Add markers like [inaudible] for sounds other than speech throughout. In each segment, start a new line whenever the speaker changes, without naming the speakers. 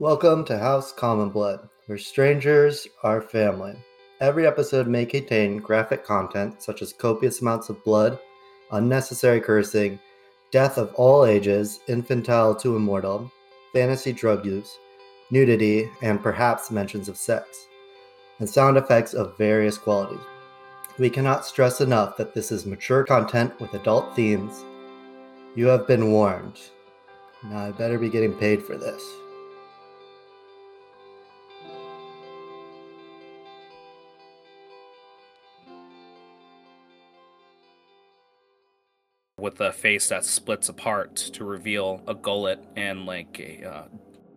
Welcome to House Common Blood, where strangers are family. Every episode may contain graphic content such as copious amounts of blood, unnecessary cursing, death of all ages, infantile to immortal, fantasy drug use, nudity, and perhaps mentions of sex, and sound effects of various qualities. We cannot stress enough that this is mature content with adult themes. You have been warned. Now I better be getting paid for this.
with a face that splits apart to reveal a gullet and like a, uh,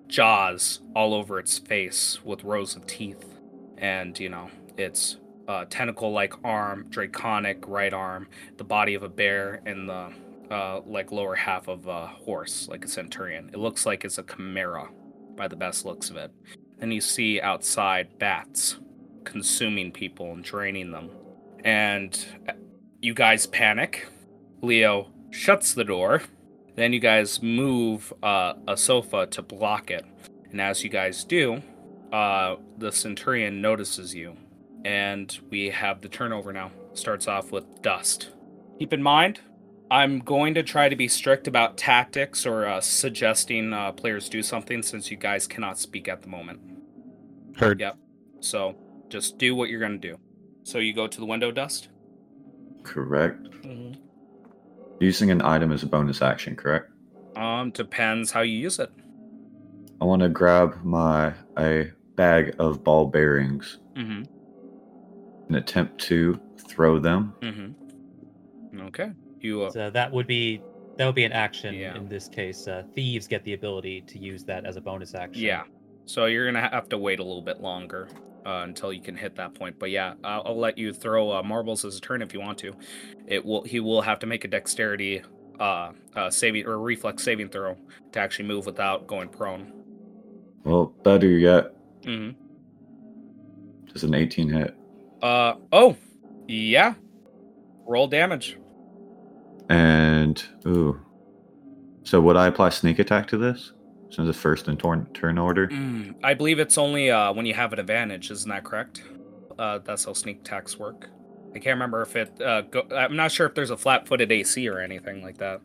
jaws all over its face with rows of teeth and you know its uh, tentacle like arm draconic right arm the body of a bear and the uh, like lower half of a horse like a centurion it looks like it's a chimera by the best looks of it then you see outside bats consuming people and draining them and uh, you guys panic Leo shuts the door. Then you guys move uh, a sofa to block it. And as you guys do, uh, the Centurion notices you. And we have the turnover now. Starts off with dust. Keep in mind, I'm going to try to be strict about tactics or uh, suggesting uh, players do something since you guys cannot speak at the moment.
Heard.
Yep. So just do what you're going to do. So you go to the window, Dust?
Correct. Using an item as a bonus action, correct?
Um, depends how you use it.
I want to grab my a bag of ball bearings
Mm-hmm.
and attempt to throw them.
Mm-hmm. Okay. You uh,
So that would be that would be an action
Yeah.
in this case. Uh, thieves get the ability to use that as a bonus action.
yeah. So you're gonna have to wait a little bit longer uh, until you can hit that point. But yeah, I'll, I'll let you throw uh, marbles as a turn if you want to. It will. He will have to make a dexterity uh, uh saving or reflex saving throw to actually move without going prone.
Well, better yet,
Mm-hmm.
does an 18 hit.
Uh oh, yeah. Roll damage.
And ooh, so would I apply sneak attack to this? Since it's first in turn turn order.
Mm, I believe it's only uh, when you have an advantage, isn't that correct? Uh, that's how sneak attacks work. I can't remember if it. Uh, go, I'm not sure if there's a flat-footed AC or anything like that.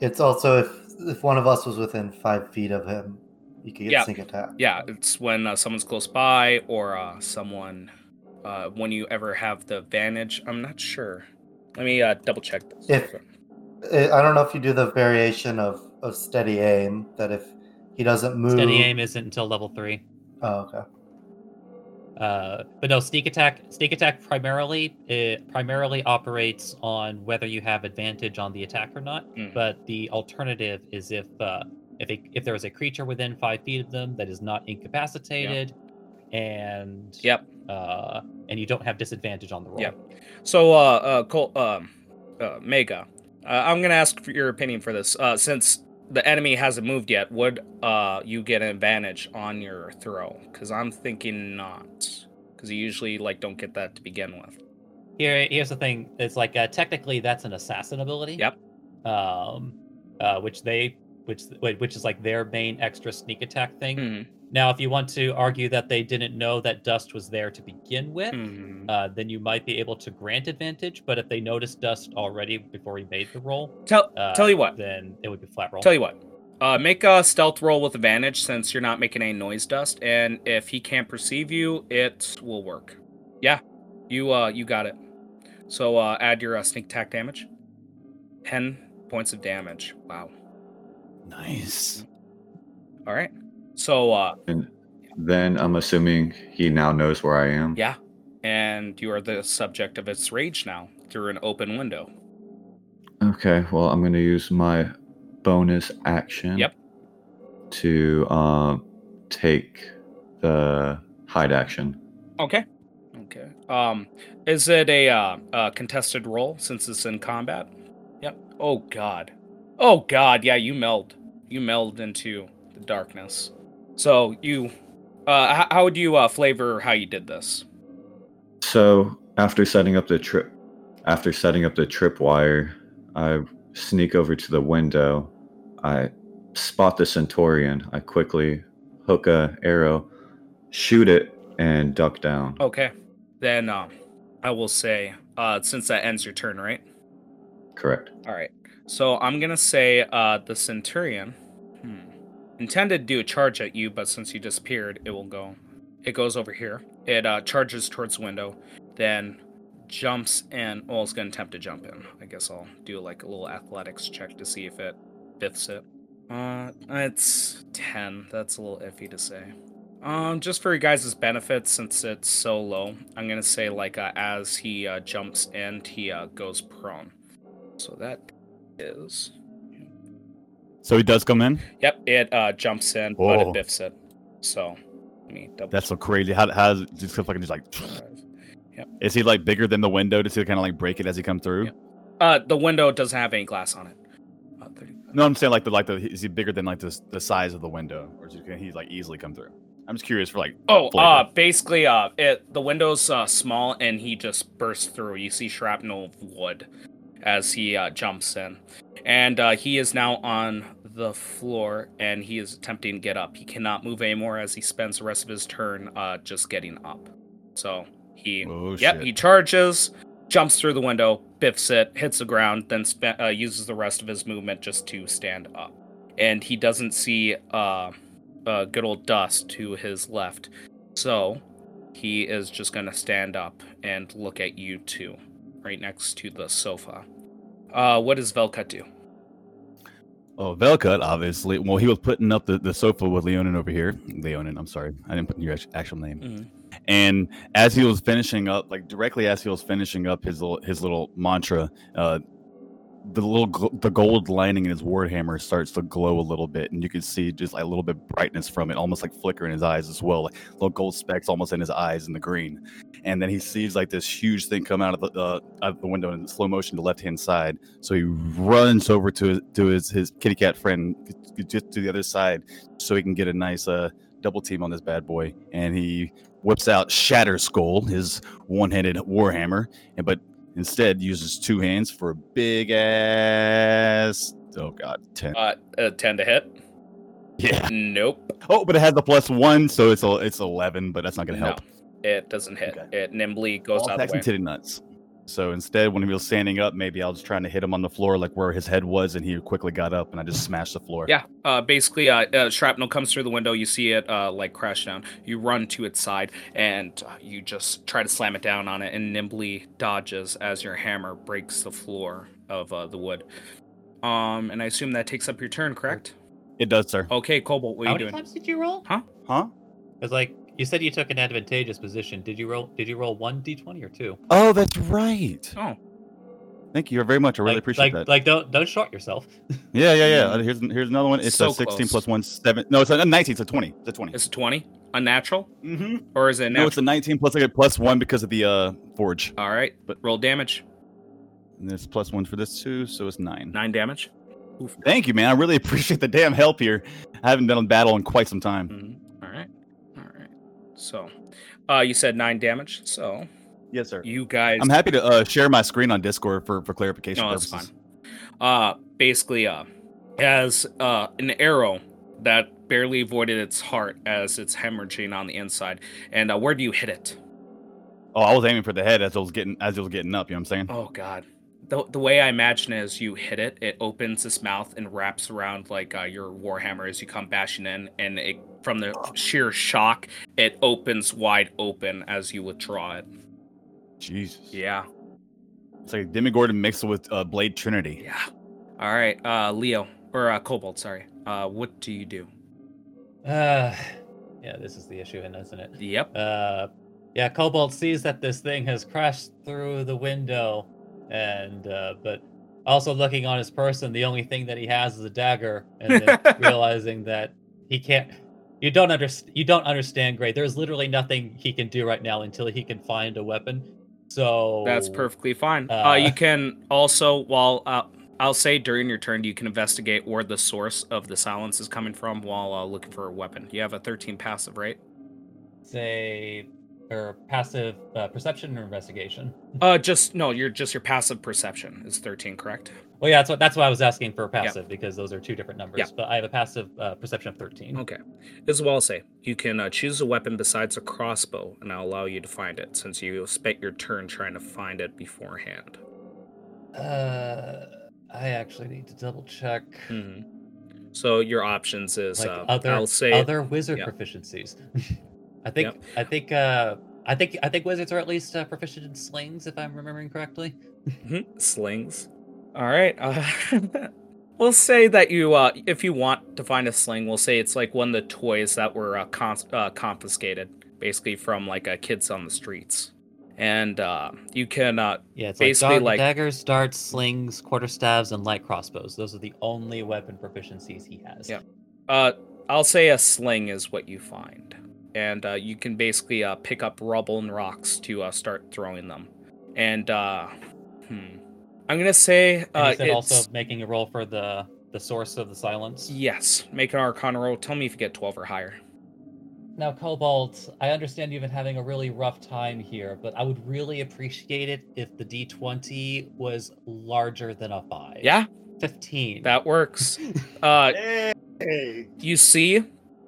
It's also if if one of us was within five feet of him, you could get
Yeah.
sneak attack.
Yeah, it's when uh, someone's close by or uh, someone uh, when you ever have the advantage. I'm not sure. Let me uh, double check this.
If- I I don't know if you do the variation of, of steady aim that if he doesn't move.
Steady aim isn't until level three.
Oh, okay.
Uh, but no, sneak attack. Sneak attack primarily it primarily operates on whether you have advantage on the attack or not.
Mhm.
But the alternative is if uh, if a, if there is a creature within five feet of them that is not incapacitated, and
Yep.
uh, and you don't have disadvantage on the roll.
Yep. So, uh, uh, Col- um, uh, Mega, uh, I'm gonna ask for your opinion for this. Uh, since the enemy hasn't moved yet, would uh you get an advantage on your throw? Because I'm thinking not, because you usually like don't get that to begin with.
Here, here's the thing. It's like uh, technically that's an assassin ability.
Yep.
Um, uh, which they, which wh- which is like their main extra sneak attack thing.
Hmm.
Now, if you want to argue that they didn't know that dust was there to begin with,
Mhm.
uh, then you might be able to grant advantage. But if they noticed dust already before he made the roll,
Tell
uh,
tell you what.
then it would be flat roll.
Tell you what. Uh, make a stealth roll with advantage since you're not making any noise dust, and if he can't perceive you, it will work. Yeah, you uh you got it. So uh, add your uh, sneak attack damage. Ten points of damage. Wow.
Nice.
All right. So uh
And then I'm assuming he now knows where I am.
yeah, and you are the subject of its rage now through an open window.
Okay, well, I'm going to use my bonus action.
Yep.
To um, take the hide action.
Okay. Okay. Um, is it a uh, uh, contested roll since it's in combat? Yep. Oh God. Oh God. Yeah, you meld. You meld into the darkness. So you, uh, h- how would you uh, flavor how you did this?
So after setting up the trip, after setting up the tripwire, I sneak over to the window. I spot the Centaurian. I quickly hook a arrow, shoot it, and duck down.
Okay. Then uh, I will say, uh, since that ends your turn, right?
Correct.
All right. So I'm gonna say uh, the centurion hmm, intended to do a charge at you, but since you disappeared, it will go. It goes over here. It uh, charges towards the window, then jumps in. Well, it's gonna attempt to jump in. I guess I'll do like a little athletics check to see if it fifths it. Uh, it's ten. That's a little iffy to say. Um, just for your guys' benefit, since it's so low, I'm gonna say like uh, as he uh, jumps in, he uh, goes prone. So that is.
So he does come in.
Yep, it uh, jumps in, but
Oh.
it biffs it. So let me double.
That's so crazy. How how does it just look like he's like? [sniffs]
check.
Is he like bigger than the window? Does he kind of like break it as he come through?
Yeah. Uh, the window doesn't have any glass on it. Uh, 30.
No, I'm saying like the like the is he bigger than like the s- the size of the window, or is he, can he like easily come through? I'm just curious for like.
Oh,
flavor.
uh, basically, uh, it the window's uh, small, and he just bursts through. You see shrapnel of wood as he uh, jumps in, and uh, he is now on the floor, and he is attempting to get up. He cannot move anymore as he spends the rest of his turn uh, just getting up. So he,
Oh
yep,
shit.
he charges, jumps through the window, biffs it, hits the ground, then spe- uh, uses the rest of his movement just to stand up, and he doesn't see uh, uh, good old dust to his left. So he is just gonna stand up and look at you two, right next to the sofa. Uh, what does Velka do?
Oh, Velcut, obviously. Well, he was putting up the, the sofa with Leonin over here. Leonin, I'm sorry. I didn't put your act- actual name.
Mhm.
And as he was finishing up, like directly as he was finishing up his little, his little mantra, uh, the little gl- the gold lining in his ward hammer starts to glow a little bit, and you can see just like a little bit brightness from it, almost like flicker in his eyes as well, like little gold specks almost in his eyes in the green. And then he sees like this huge thing come out of the uh, out of the window in slow motion to left hand side. So he runs over to his, to his, his kitty cat friend just to the other side so he can get a nice uh, double team on this bad boy. And he whips out Shatter Skull, his one handed warhammer, and but instead uses two hands for a big ass. Oh god, ten.
Uh, uh ten to hit?
Yeah.
Nope.
Oh, but it has the plus one, so it's a, it's eleven, but that's not gonna
no,
help.
it doesn't hit.
Okay.
It nimbly goes
All
out
packs
the way.
and titty nuts. So instead, when he was standing up, maybe I was trying to hit him on the floor, like where his head was, and he quickly got up, and I just smashed the floor.
Yeah. Uh, basically, uh, uh, shrapnel comes through the window. You see it uh, like crash down. You run to its side and uh, you just try to slam it down on it, and nimbly dodges as your hammer breaks the floor of uh, the wood. Um, and I assume that takes up your turn, correct?
it does, sir.
Okay, Cobalt, what are
How
you
many
doing?
times did you roll?
Huh?
Because like you said, you took an advantageous position. Did you roll? Did you roll one d20 or two?
Oh, that's right.
Oh,
Thank you very much. I really
like,
appreciate
like,
that.
Like don't don't short yourself.
yeah, yeah, yeah. Uh, Here's here's another one. It's
mm. So
a sixteen
close.
plus one seven. No, it's a nineteen. It's a twenty. It's a twenty.
is it 20? Unnatural?
mm-hmm.
Or is it
No,
natural?
it's a nineteen plus like a plus one because of the uh forge.
All right, but roll damage.
And there's plus one for this too, so it's nine.
Nine damage.
Thank you, man. I really [laughs] appreciate the damn help here. I haven't been on battle in quite some time.
Mhm. All right. All right. So, uh, you said nine damage. So,
Yes, sir.
you guys.
I'm happy to uh, share my screen on Discord for, for clarification
No, that's
purposes.
fine. uh basically uh has uh an arrow that barely avoided its heart as it's hemorrhaging on the inside and uh, where do you hit it
Oh, I was aiming for the head as I was getting as it was getting up. You know what I'm saying?
oh god the, the way i imagine it is you hit it it opens its mouth and wraps around like uh, your warhammer as you come bashing in and it from the sheer shock it opens wide open as you withdraw it
Jesus.
yeah
It's like a demigorgon mixed with uh, Blade Trinity.
yeah all right uh leo or uh cobalt sorry uh what do you do
Uh, yeah, this is the issue, isn't it?
yep
Uh, yeah, Cobalt sees that this thing has crashed through the window, and uh, but also looking on his person, the only thing that he has is a dagger, and then realizing that he can't. You don't understand. You don't understand, Gray. There's literally nothing he can do right now until he can find a weapon. So
That's perfectly fine. Uh,
Uh,
you can also, while uh, I'll say during your turn, you can investigate where the source of the silence is coming from while uh, looking for a weapon. You have a 13 passive, right?
Say or passive uh, perception or investigation?
Uh, just no. You're just your passive perception is thirteen, correct?
Well, yeah, that's what that's why I was asking for passive because those are two different numbers.
Yeah.
But I have a passive uh, perception of thirteen.
Okay. This is what I'll say. You can uh, choose a weapon besides a crossbow, and I'll allow you to find it since you spent your turn trying to find it beforehand. Mm.
Uh, I actually need to double check.
hmm So your options is
Like
uh,
other
I'll say
other wizard
yeah.
proficiencies. [laughs] I think I think uh I think I think wizards are at least uh, proficient in slings if I'm remembering correctly.
Mhm, slings. All right. Uh, [laughs] we'll say that you, uh, if you want to find a sling, we'll say it's like one of the toys that were uh, cons- uh, confiscated, basically from like uh, kids on the streets. And uh, you can uh,
Yeah, it's
Basically,
like, dog-
like-
daggers, darts, slings, quarter staves, and light crossbows. Those are the only weapon proficiencies he has.
Yeah. Uh, I'll say a sling is what you find, and uh, you can basically uh, pick up rubble and rocks to uh, start throwing them. And uh, hmm. I'm gonna say
And
uh,
he said
it's
also making a roll for the the source of the silence.
yes. Make an Arcana roll. Tell me if you get twelve or higher.
Now, Cobalt, I understand you've been having a really rough time here, but I would really appreciate it if the D20 was larger than a five.
Yeah,
15. [laughs]
that works. Uh,
Hey.
you see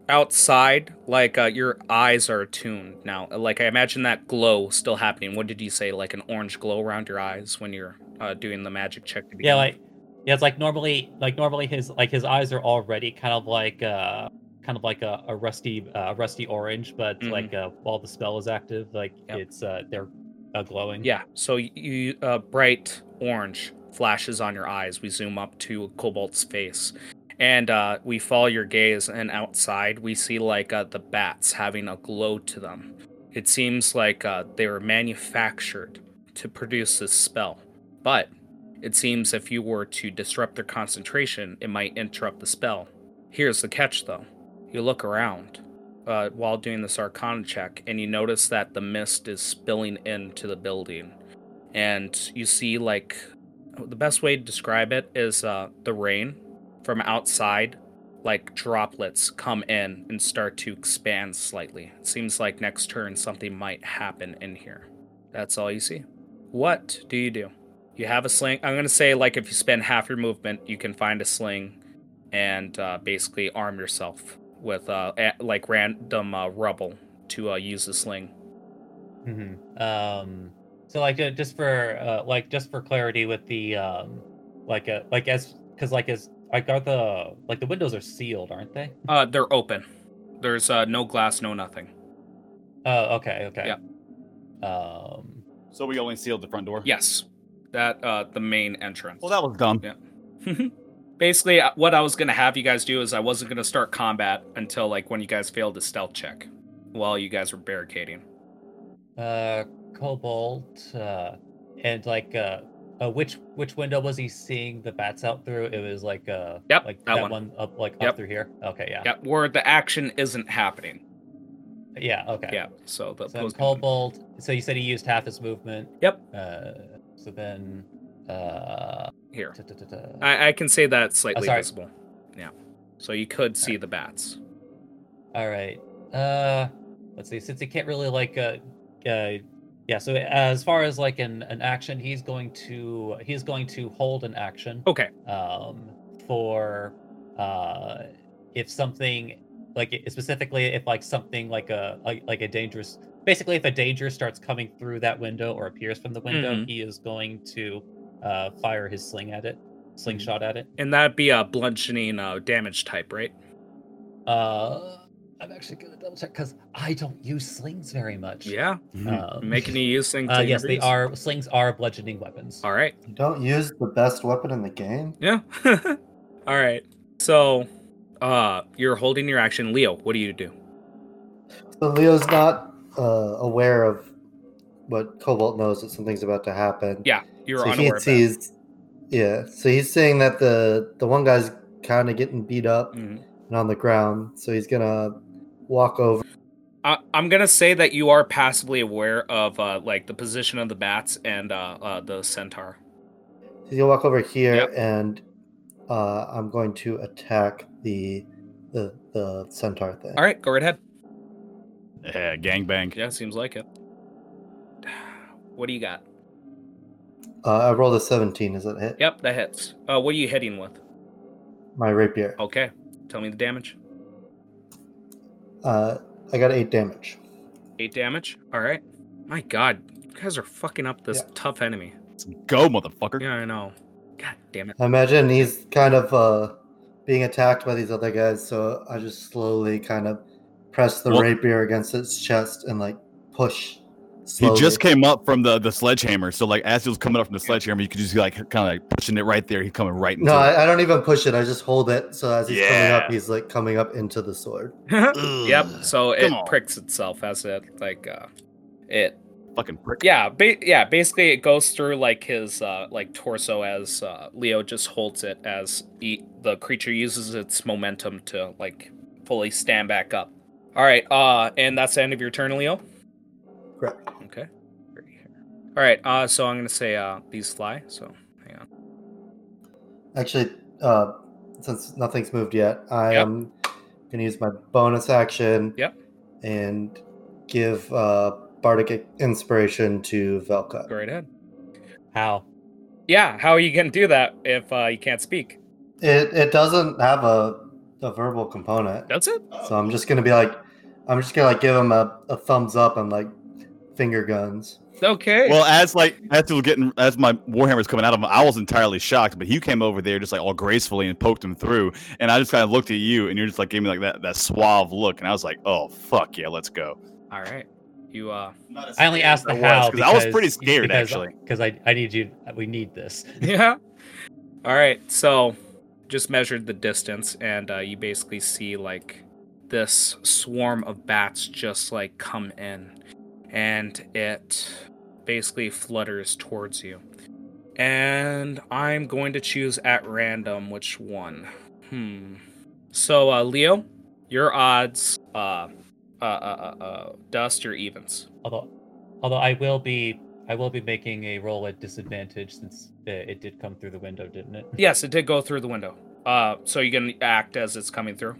outside, like uh, your eyes are attuned now. Like I imagine that glow still happening. What did you say? Like an orange glow around your eyes when you're uh, doing the magic check. To
yeah,
begin with?
like yeah, it's like normally like normally his like his eyes are already kind of like uh kind of like a, a rusty uh, rusty orange, but
Mhm.
like uh, while the spell is active, like
Yep.
it's uh they're uh, glowing.
Yeah, so y- you uh, bright orange flashes on your eyes. We zoom up to Cobalt's face, and uh, we follow your gaze. And outside, we see like uh, the bats having a glow to them. It seems like uh, they were manufactured to produce this spell, but it seems if you were to disrupt their concentration, it might interrupt the spell. Here's the catch, though. You look around uh, while doing this arcana check, and you notice that the mist is spilling into the building. And you see, like, the best way to describe it is uh, the rain from outside, like droplets come in and start to expand slightly. It seems like next turn something might happen in here. That's all you see. What do you do? You have a sling. I'm going to say, like, if you spend half your movement, you can find a sling and uh, basically arm yourself with uh, a- like random uh, rubble to uh, use the sling.
Mm-hmm. Um, so like uh, just for uh, like just for clarity with the um, like uh, like as because like as like are the like the windows are sealed, aren't they?
Uh, they're open. There's uh, no glass, no nothing.
Oh, okay, okay. Um,
So we only sealed the front door.
Yes, that uh, the main entrance.
Well, that was dumb.
Yeah. [laughs] basically uh, what I was gonna have you guys do is I wasn't gonna start combat until like when you guys failed a stealth check while you guys were barricading.
uh, cobalt, uh, and like uh, uh, which which window was he seeing the bats out through? It was like uh,
Yep,
like
that
that,
one.
one. up like
Yep.
up through here. Okay, yeah,
Yeah, where the action isn't happening.
yeah, okay.
Yeah, so the
So
post-
Cobalt. So you said he used half his movement.
Yep.
Uh, so then, uh,
here.
da-da-da-da.
I, I can say that it's slightly
Oh, sorry.
visible. Yeah, so you could see the bats.
All right. Uh, let's see. Since he can't really like uh, uh, yeah. So as far as like an an action, he's going to he's going to hold an action.
Okay.
Um, for uh, if something like i- specifically if like something like a like, like a dangerous basically if a danger starts coming through that window or appears from the window,
Mhm.
he is going to uh fire his sling at it, slingshot at it.
And that'd be a bludgeoning uh, damage type, right?
Uh. I'm actually gonna double check because I don't use slings very much.
Yeah.
Uh,
Um,
Making you use things.
[laughs] uh,
to
yes, they
increase.
are slings are bludgeoning weapons.
All right.
You don't use the best weapon in the game.
Yeah. [laughs] All right. So, uh, you're holding your action, Leo. What do you do?
So Leo's not uh, aware of what Cobalt knows that something's about to happen.
Yeah, you're
so he
unaware of that.
sees, yeah. So he's saying that the the one guy's kind of getting beat up
Mhm.
and on the ground. So he's gonna walk over.
I, I'm gonna say that you are passively aware of uh, like the position of the bats and uh, uh, the centaur.
He's gonna walk over here,
Yep.
and uh, I'm going to attack the the the centaur thing.
All right, go right ahead.
Yeah, gangbang.
Yeah, seems like it. [sighs] What do you got?
Uh, I rolled a 17. Is that hit?
Yep, that hits. Uh, what are you hitting with?
My rapier.
Okay, tell me the damage.
Uh, I got eight damage.
Eight damage. All right. My God, you guys are fucking up this tough enemy.
Go, motherfucker.
Yeah, I know. God damn it. [laughs]
I imagine he's kind of uh, being attacked by these other guys, so I just slowly kind of press the
Well-
rapier against its chest and like push.
He just
slowly.
came up from the, the sledgehammer, so like as he was coming up from the sledgehammer, you could just be like kind of like pushing it right there. He's coming right into
No,
it.
I, I don't even push it. I just hold it. So as he's coming
Yeah.
up, he's like coming up into the sword.
yep. So it
come on.
pricks itself as it like uh, it
fucking prick.
yeah ba- yeah basically it goes through like his uh like torso as uh, Leo just holds it as he, the creature uses its momentum to like fully stand back up. All right. Uh, and that's the end of your turn, Leo.
Correct.
Okay. All right. Uh, so I'm gonna say uh these fly. So hang on.
Actually, uh, since nothing's moved yet, I
Yep.
am going to use my bonus action.
Yep.
And give uh, Bardic inspiration to Velka.
Go right ahead.
How?
Yeah. How are you gonna do that if uh, you can't speak?
It it doesn't have a, a verbal component,
That's it.
so I'm just gonna be like, I'm just gonna like give him a, a thumbs up and like finger guns.
Okay.
Well, as like as he was getting as my warhammer's coming out of him, I was entirely shocked. But you came over there just like all gracefully and poked him through, and I just kind of looked at you, and you're just like gave me like that that suave look, and I was like, oh fuck yeah, let's go.
All right. You uh.
I only asked the
I was,
how
'cause I was pretty
because-
scared,
because-
actually.
Because I, I need you. We need this.
[laughs] yeah. All right. So, just measured the distance, and uh, you basically see like this swarm of bats just like come in, and it basically flutters towards you. And I'm going to choose at random which one. Hmm. So, uh, Leo, your odds, uh, uh, uh, uh, uh dust or evens?
Although, although I will be, I will be making a roll at disadvantage since uh, it did come through the window, didn't it? [laughs]
Yes, it did go through the window. Uh, so you can act as it's coming through.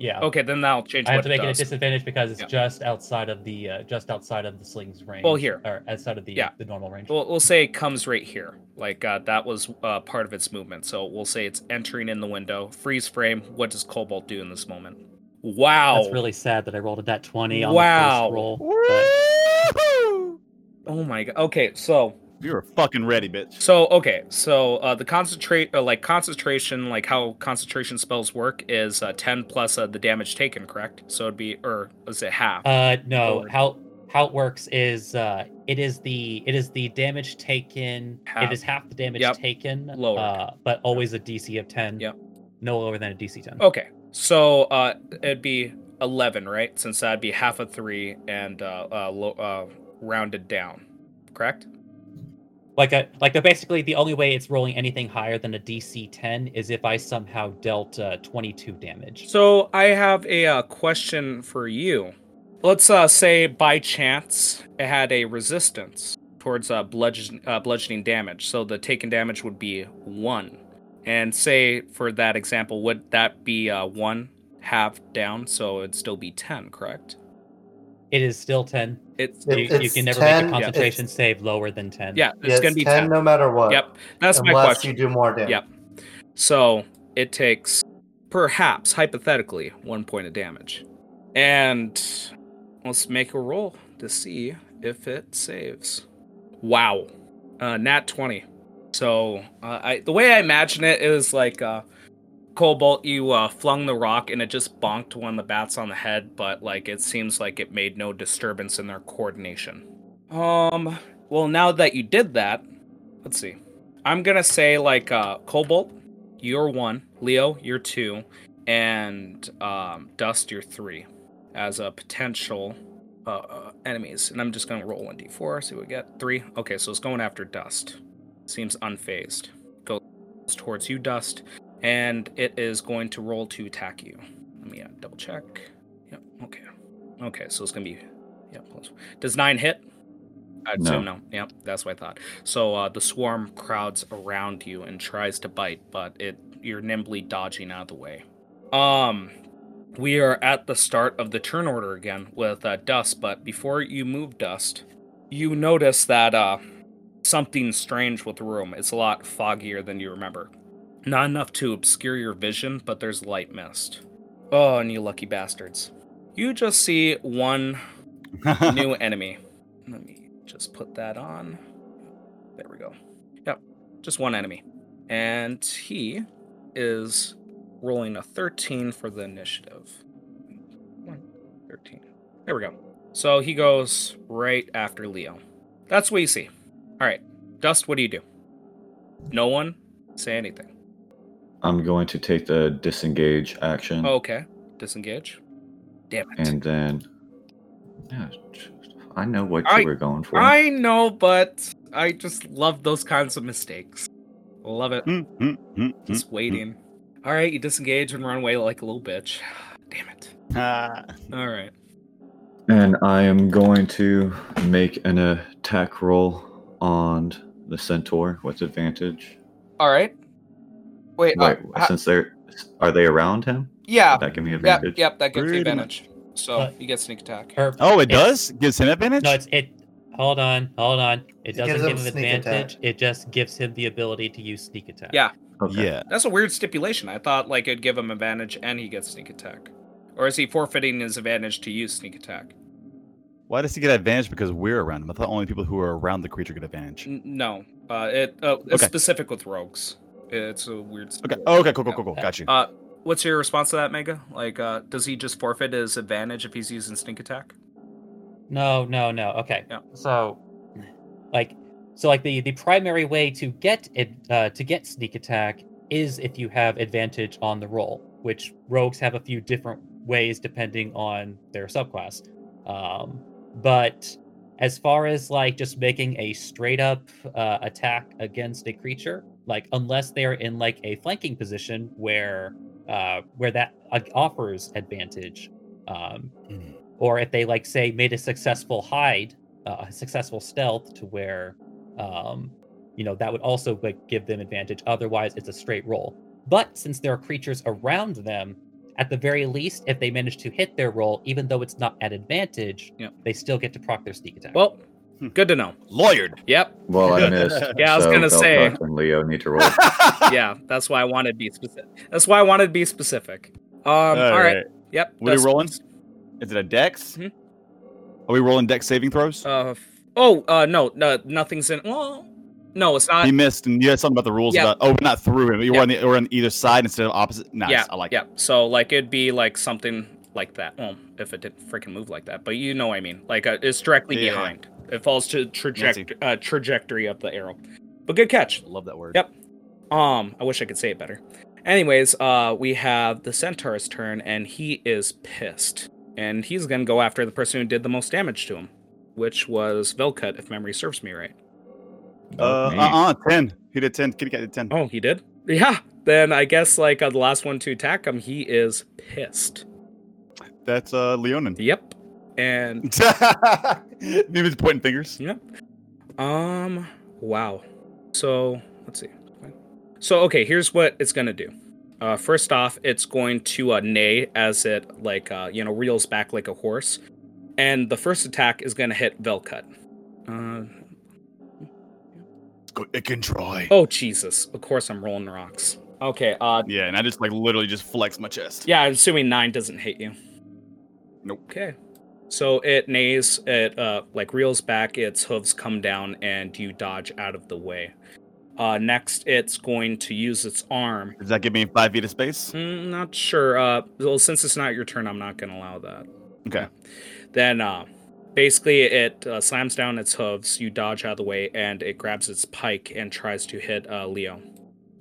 Yeah.
Okay, then that'll change
Oh. I have
what
to make
it
it a
does.
disadvantage because it's
Yeah.
just outside of the uh, just outside of the sling's range.
Well, here.
or outside of the
Yeah.
the normal range.
We'll, we'll say it comes right here. Like uh, that was uh, part of its movement. So we'll say it's entering in the window. Freeze frame. What does Cobalt do in this moment? Wow.
That's really sad that I rolled a nat twenty on the
Wow.
first roll.
Woo!
oh my god. Okay, so
You were fucking ready, [laughs] bitch.
so okay, so uh, the concentrate uh, like concentration like how concentration spells work is uh, ten plus uh, the damage taken. Correct. So it'd be or is it half?
But, uh, no,
Forward.
how how it works is uh, it is the it is the damage taken.
Half.
It is half the damage
Yep.
taken.
Lowered.
Uh, but always a DC of ten.
Yep. Oh.
No lower than a DC ten.
Okay, so uh, it'd be eleven, right? Since that'd be half of three and uh, uh, lo- uh, rounded down. Correct.
Like a like a, basically the only way it's rolling anything higher than a DC ten is if I somehow dealt uh, twenty two damage.
So I have a uh, question for you. Let's uh, say by chance it had a resistance towards uh, bludgeon, uh, bludgeoning damage, so the taken damage would be one. And say for that example, would that be uh, one half down, so it'd still be ten, correct?
It is still ten.
It's
You,
It-
you
it's
can never
10,
make a
yeah.
concentration
it's-
save lower than ten.
yeah, it's
Yes,
gonna be
10,
ten.
no matter what.
Yep, that's
unless
my question.
you do more damage.
Yep. So it takes, perhaps, hypothetically, one point of damage. And let's make a roll to see if it saves. Wow. Uh, nat 20. So uh, I, the way I imagine it is like uh, Cobalt, you uh, flung the rock and it just bonked one of the bats on the head, but like it seems like it made no disturbance in their coordination. Um, well, now that you did that, let's see. I'm gonna say like uh Cobalt, you're one, Leo, you're two, and um, Dust, you're three, as a potential uh, uh, enemies. And I'm just gonna roll one d4, see what we get. Three. Okay, so it's going after Dust. Seems unfazed. Goes towards you, Dust, and it is going to roll to attack you. Let me uh, double check. Yep. Okay. Okay, so it's gonna be. Yep. Plus. Does nine hit? I'd
No.
assume no. Yep, that's what I thought. So uh, the swarm crowds around you and tries to bite, but it you're nimbly dodging out of the way. Um, we are at the start of the turn order again with uh, Dust, but before you move Dust, you notice that uh, something strange with the room. It's a lot foggier than you remember. Not enough to obscure your vision, but there's light mist. Oh, and you lucky bastards. You just see one
Mm,
new enemy. Let me just put that on. There we go. Yep, just one enemy. And he is rolling a 13 for the initiative. One, 13. There we go. So he goes right after Leo. That's what you see. All right, Dust, what do you do? No one say anything.
I'm going to take the disengage action.
Oh, Okay, disengage. Damn it.
And then. Yeah, just- I know what
I-
you were going for.
I know, but I just love those kinds of mistakes. Love it.
Hmm, hmm, hmm, hmm.
Just waiting. All right, you disengage and run away like a little bitch. [sighs] Damn it.
Ah.
All right.
And I am going to make an attack roll on the centaur with advantage.
All right. Wait. uh,
Wait,
ha-
since they're are they around him?
yeah.
Would that give me
Yep.
advantage?
Yep. That gives you
Pretty
advantage. So
But-
you get sneak attack.
Her-
Oh, it
it's-
does? Gives him advantage?
No, it's it. Hold on, hold on. It
It
doesn't
gives him
give him
sneak
advantage. It just gives him the ability to use sneak attack.
Yeah.
Okay.
Yeah.
That's a weird stipulation. I thought like it'd give him advantage and he gets sneak attack. Or is he forfeiting his advantage to use sneak attack?
Why does he get advantage because we're around him? I thought only people who are around the creature get advantage.
N- no. Uh, it, uh, It's
Okay.
specific with rogues. It's a weird.
Okay.
stipulation.
Oh, okay. Cool. Cool. Cool. Cool. Got you.
Uh, what's your response to that, Mega? Like, uh, does he just forfeit his advantage if he's using sneak attack?
No, no, no. Okay.
Yeah.
So, like, so like the the primary way to get it uh, to get sneak attack is if you have advantage on the roll, which rogues have a few different ways depending on their subclass. Um, but as far as like just making a straight up uh, attack against a creature, like unless they're in like a flanking position where uh, where that uh, offers advantage, um,
Mm.
or if they like say made a successful hide, uh, a successful stealth to where, um, you know, that would also like give them advantage. Otherwise, it's a straight roll. But since there are creatures around them, at the very least, if they manage to hit their roll, even though it's not at advantage,
Yep.
they still get to proc their sneak attack.
Well,
Hmm.
good to know.
Lawyered. [laughs]
Yep.
Well, I missed.
Yeah, I was
so
gonna
Belcock
say.
and Leo need to roll.
Yeah. That's why I wanted to be specific. That's why I wanted to be specific. Um. all right. Yep.
What are you
that's-
rolling? Is it a dex?
Mhm.
Are we rolling dex saving throws?
Uh. f- Oh. Uh. No. No. Nothing's in. Well. No. It's not.
he missed, and you had something about the rules.
Uh, yeah.
About, oh, not through him. You
Yeah.
were on the, or on either side instead of opposite. Nice.
yeah,
I like
yeah. So like it'd be like something like that. Well, if it didn't freaking move like that, but you know what I mean. Like uh, it's directly
Yeah, yeah, yeah.
behind. It falls to
Nancy.
trajectory uh, trajectory of the arrow. But good catch.
it. Love that word.
Yep. Um, I wish I could say it better. Anyways, uh, we have the centaur's turn, and he is pissed, and he's gonna go after the person who did the most damage to him, which was Velcut, if memory serves me right.
Uh, uh,
Man.
uh, ten. He did ten. Kitty cat did ten.
Oh, he did. Yeah. Then I guess like uh, the last one to attack him, he is pissed.
That's uh, Leonin.
Yep. And
[laughs] he was pointing fingers.
Um. Wow. So let's see. So okay, here's what it's gonna do. Uh, first off, it's going to uh, neigh as it like uh, you know reels back like a horse, and the first attack is gonna hit Velcut. Uh,
Go, it can try.
Mm-hmm. oh Jesus! Of course I'm rolling rocks. Okay. Uh.
Yeah, and I just like literally just flexed my chest.
Yeah, I'm assuming nine doesn't hit you.
Nope.
Okay. So it neighs, it uh like reels back, its hooves come down, and you dodge out of the way. Uh, next, it's going to use its arm
Does that give me five feet of space?
Mm, not sure. Uh, well, since it's not your turn, I'm not going to allow that.
Okay.
Then, uh, basically, it uh, slams down its hooves. You dodge out of the way, and it grabs its pike and tries to hit uh, Leo.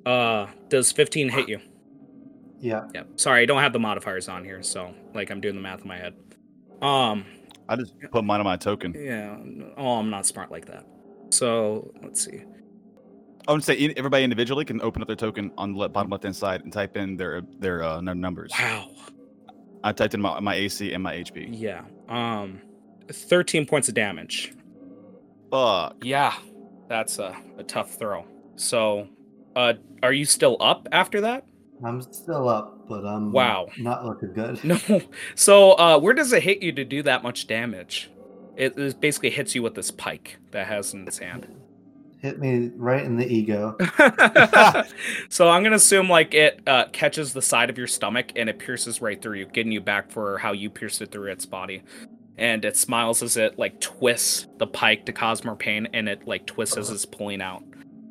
Uh, does 15 hit you?
Yeah.
Yep. Sorry, I don't have the modifiers on here, so like I'm doing the math in my head. Um,
I just put mine on my token.
yeah. n- Oh, I'm not smart like that. So let's see.
I would say in- everybody individually can open up their token on the le- bottom left hand side and type in their their uh, num- numbers.
Wow.
I typed in my, my AC and my HP.
Yeah. Um, 13 points of damage.
Fuck.
Yeah, that's a, a tough throw. So, uh, are you still up after that? [laughs]
I'm still up. but I'm
Wow.
not looking good.
No. So, uh, where does it hit you to do that much damage? It, it basically hits you with this pike that has in its hand. [laughs]
Hit me right in the ego.
so I'm gonna assume like it uh, catches the side of your stomach and it pierces right through you, getting you back for how you pierced it through its body. And it smiles as it like twists the pike to cause more pain, and it like twists as it's pulling out.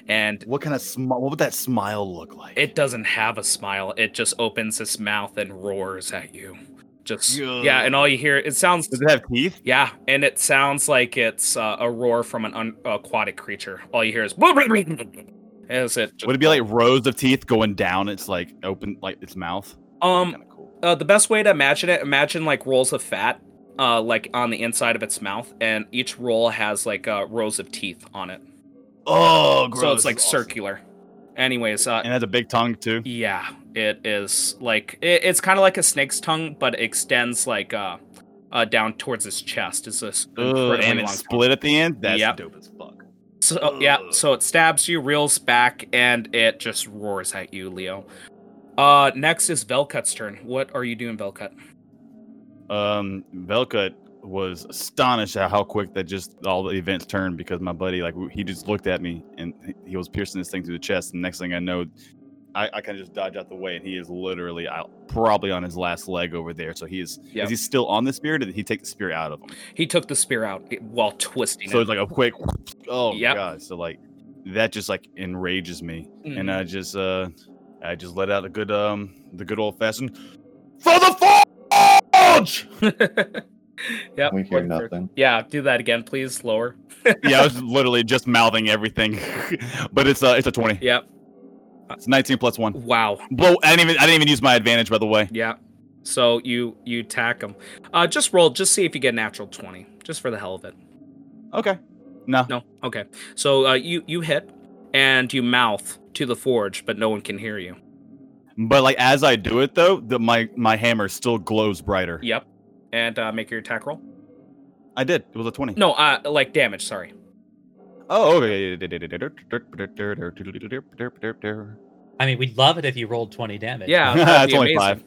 And
What kind of smile? What would that smile look like?
it doesn't have a smile. It just opens its mouth and roars at you. Just yeah, and all you hear it sounds
Does it have teeth?
yeah, and it sounds like it's uh, a roar from an un- aquatic creature. All you hear is [laughs] as it just
Would it be like rows of teeth going down? It's like open, like its mouth.
[laughs] um
kind of cool.
uh, the best way to imagine it imagine like rolls of fat uh like on the inside of its mouth and each roll has like uh rows of teeth on it
Oh, gross.
so it's like
Awesome.
circular anyways uh
And it has a big tongue too.
yeah it is like it, it's kind of like a snake's tongue but extends like uh uh down towards its chest is this
Ugh, and it's split at the end. That's
Yep.
dope as fuck.
So uh, yeah,
Ugh.
so it stabs you, reels back, and it just roars at you, Leo. Uh, next is Velcut's turn. What are you doing, Velcut?
Um, Velka was astonished at how quick that just all the events turned because my buddy, like, he just looked at me and he- he was piercing this thing through the chest. And next thing I know, I, I kind of just dodge out the way, and he is literally out, probably on his last leg over there. So he is,
Yep.
is he still on the spear? Or did he take the spear out of him?
He took the spear out while twisting
So
it.
it's like a quick, oh
Yep.
god! So like that just like enrages me,
Mm-hmm.
and I just uh, I just let out a good um, the good old fashioned for the forge.
[laughs]
uh,
[laughs] yep.
We hear nothing.
Yeah, do that again, please. Lower.
yeah, I was literally just mouthing everything, [laughs] but it's uh, it's a twenty.
Yep.
It's nineteen plus one.
Wow.
Blow. I didn't even I didn't even use my advantage by the way.
Yeah. So you you tack him. Uh, just roll. Just see if you get a natural twenty, just for the hell of it.
Okay. No.
No. Okay. So uh, you you hit, and you mouth to the forge, but no one can hear you.
But like as I do it though, the, my my hammer still glows brighter.
Yep. And uh, make your attack roll.
I did. It was a twenty.
No, uh, like damage. Sorry.
Oh, okay. It's
I mean, we'd love it if you rolled 20 damage.
Yeah,
[laughs] It's only five.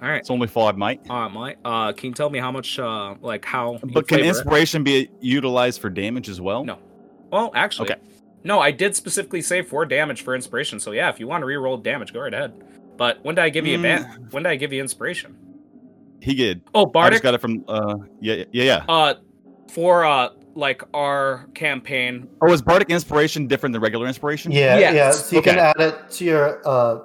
All right.
only five, Mike.
All right, Mike. Uh, can you tell me how much? Uh, like how? you
But can
flavor it?
inspiration be utilized for damage as well?
No. Well, actually,
Okay.
no, I did specifically say four damage for inspiration. So yeah, if you want to re-roll damage, go right ahead. But when did I give
Hmm.
you advan- When did I give you inspiration?
He did.
Oh,
I just
bardic.
got it from uh yeah yeah yeah.
Uh, for uh, like our campaign.
Oh, is bardic inspiration different than regular inspiration?
Yeah, yeah.
Yes.
So you can
Okay.
add it to your uh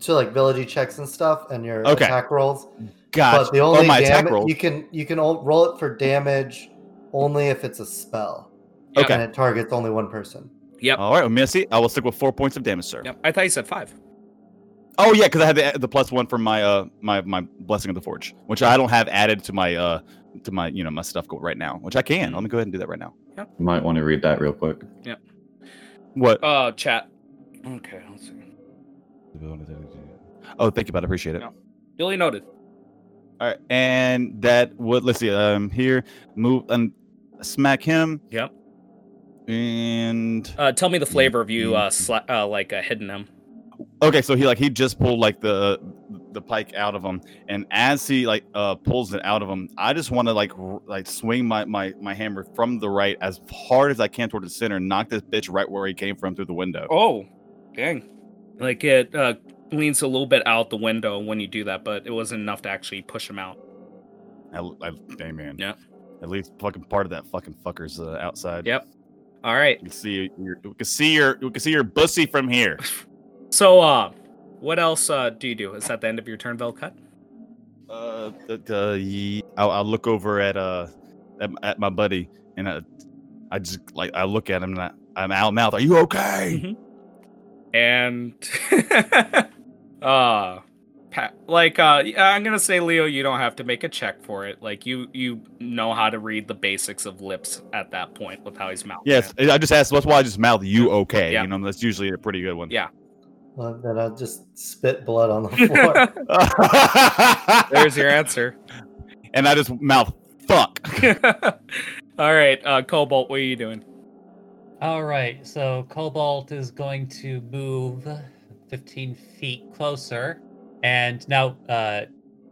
to like villainy checks and stuff and your
Okay.
attack rolls.
Gotcha.
But the
Or
only
my attack
damage
roll.
you can you can ol- roll it for damage only if it's a spell.
Yeah.
Okay.
And it targets only one person.
Yep.
All right, well, Missy, I will stick with four points of damage, sir.
Yep. I thought you said five.
Oh yeah, because I had the, the plus one from my uh my my blessing of the forge, which I don't have added to my uh to my you know my stuff go- right now, which I
Mm-hmm.
can. Let me go ahead and do that right now.
You might want to read that real quick.
What?
Uh, chat. Okay. Let's see.
Oh, thank you, bud. I appreciate it.
No. Duly noted.
All right, and that would let's see. Um, here, move and smack him.
Yep.
And
Uh, tell me the flavor of you uh, sla- uh like uh, hidden him.
okay, so he like he just pulled like the the pike out of him, and as he like uh pulls it out of him, I just want to like r- like swing my my my hammer from the right as hard as I can toward the center, knock this bitch right where he came from through the window.
Oh, dang. Like it uh, leans a little bit out the window when you do that, but it wasn't enough to actually push him out.
I, I, hey man.
Yeah.
At least fucking part of that fucking fucker's uh, outside.
Yep. All right.
You can see your, you can see your, you can see your bussy from here.
So, uh, what else uh, do you do? Is that the end of your turn, Velcut?
Uh, the, the, ye- I'll, I'll look over at uh at, m- at my buddy and I, I just like I look at him and I, I'm out mouth. Are you okay?
And, [laughs] uh, pa- like, uh, yeah, I'm gonna say, Leo, you don't have to make a check for it. Like, you you know how to read the basics of lips at that point with how he's mouthing.
Yes, I just asked. That's why I just mouth you okay.
Yeah.
You know, that's usually a pretty good one. [laughs]
Yeah.
Uh, then I'll just spit blood on the [laughs] floor.
it. There's your answer. [laughs]
and I just mouth fuck.
All right, uh, Cobalt, what are you doing?
All right, so Cobalt is going to move 15 feet closer And now, uh,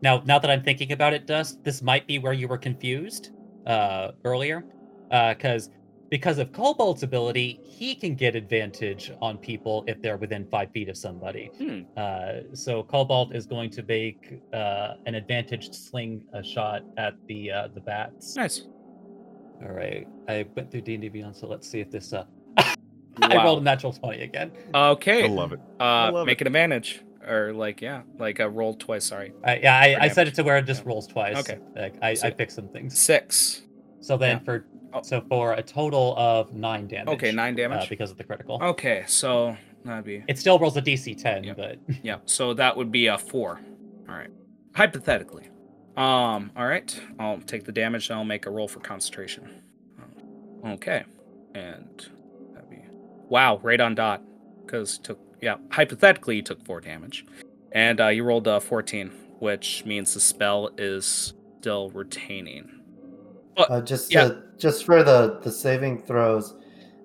now, now that I'm thinking about it, Dust, this might be where you were confused uh, earlier, because because of Cobalt's ability, he can get advantage on people if they're within five feet of somebody.
Hmm.
Uh, so Cobalt is going to make uh, an advantaged sling a shot at the uh, the bats.
Nice.
All right, I went through D and D Beyond, so let's see if this. Uh, I
Wow.
rolled a natural twenty again.
I
Okay.
love it.
Uh,
love
make an advantage, or like yeah, like a roll twice. Sorry,
I, yeah, I, I
damage.
set it to where it just rolls twice.
Okay.
Like, I,
So-
I fixed some things.
six.
So then
Yeah.
for
Oh.
so for a total of nine damage.
Okay, nine
Uh,
damage.
because of the critical.
Okay, so that'd be
It still rolls a DC ten,
Yep.
but [laughs]
yeah. So that would be a four. All right, hypothetically. Um. All right. I'll take the damage. and I'll make a roll for concentration. Um, Okay, and that'd be wow, right on dot. Because took yeah, hypothetically you took four damage, and uh, you rolled a fourteen, which means the spell is still retaining.
Uh, just
Yeah.
to, just for the the saving throws,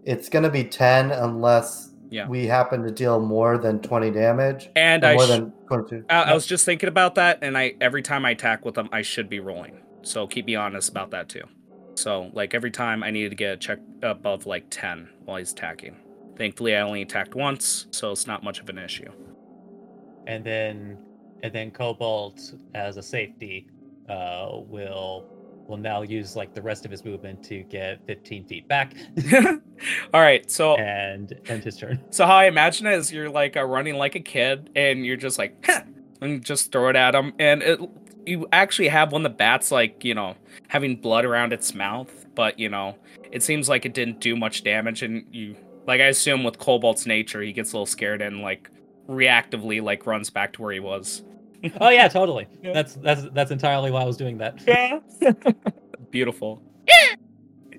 it's going to be ten unless
Yeah.
we happen to deal more than twenty damage.
And
or
I
more
sh-
than twenty-two.
I, I was just thinking about that, and I every time I attack with them, I should be rolling. So keep me honest about that too. So like every time I needed to get a check above like ten while he's attacking. Thankfully, I only attacked once, so it's not much of an issue. [laughs]
and then and then Cobalt as a safety uh, will will now use like the rest of his movement to get 15 feet back
All right, so
and end his
[laughs]
turn.
so how I imagine it is you're like uh, running like a kid, and you're just like "Huh," and just throw it at him, and it you actually have one of the bats like you know having blood around its mouth, but you know it seems like it didn't do much damage, and you like I assume with Cobalt's nature, he gets a little scared and like reactively like runs back to where he was.
Oh yeah, totally.
Yeah.
That's that's that's entirely why I was doing that.
Yeah. Beautiful.
[laughs]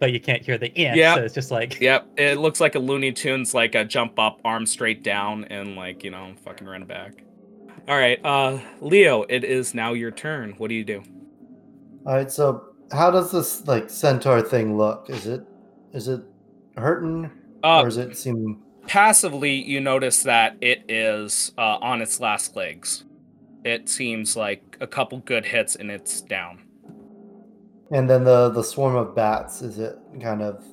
but you can't hear the ant,
Yeah.
so it's just like
Yep. It looks like a Looney Tunes like a jump up, arm straight down, and like you know fucking run back. All right, uh, Leo, it is now your turn. What do you do?
All right. So how does this like centaur thing look? Is it is it hurting
Uh,
or does it seem?
passively you notice that it is uh, on its last legs it seems like a couple good hits and it's down
And then the the swarm of bats is it kind of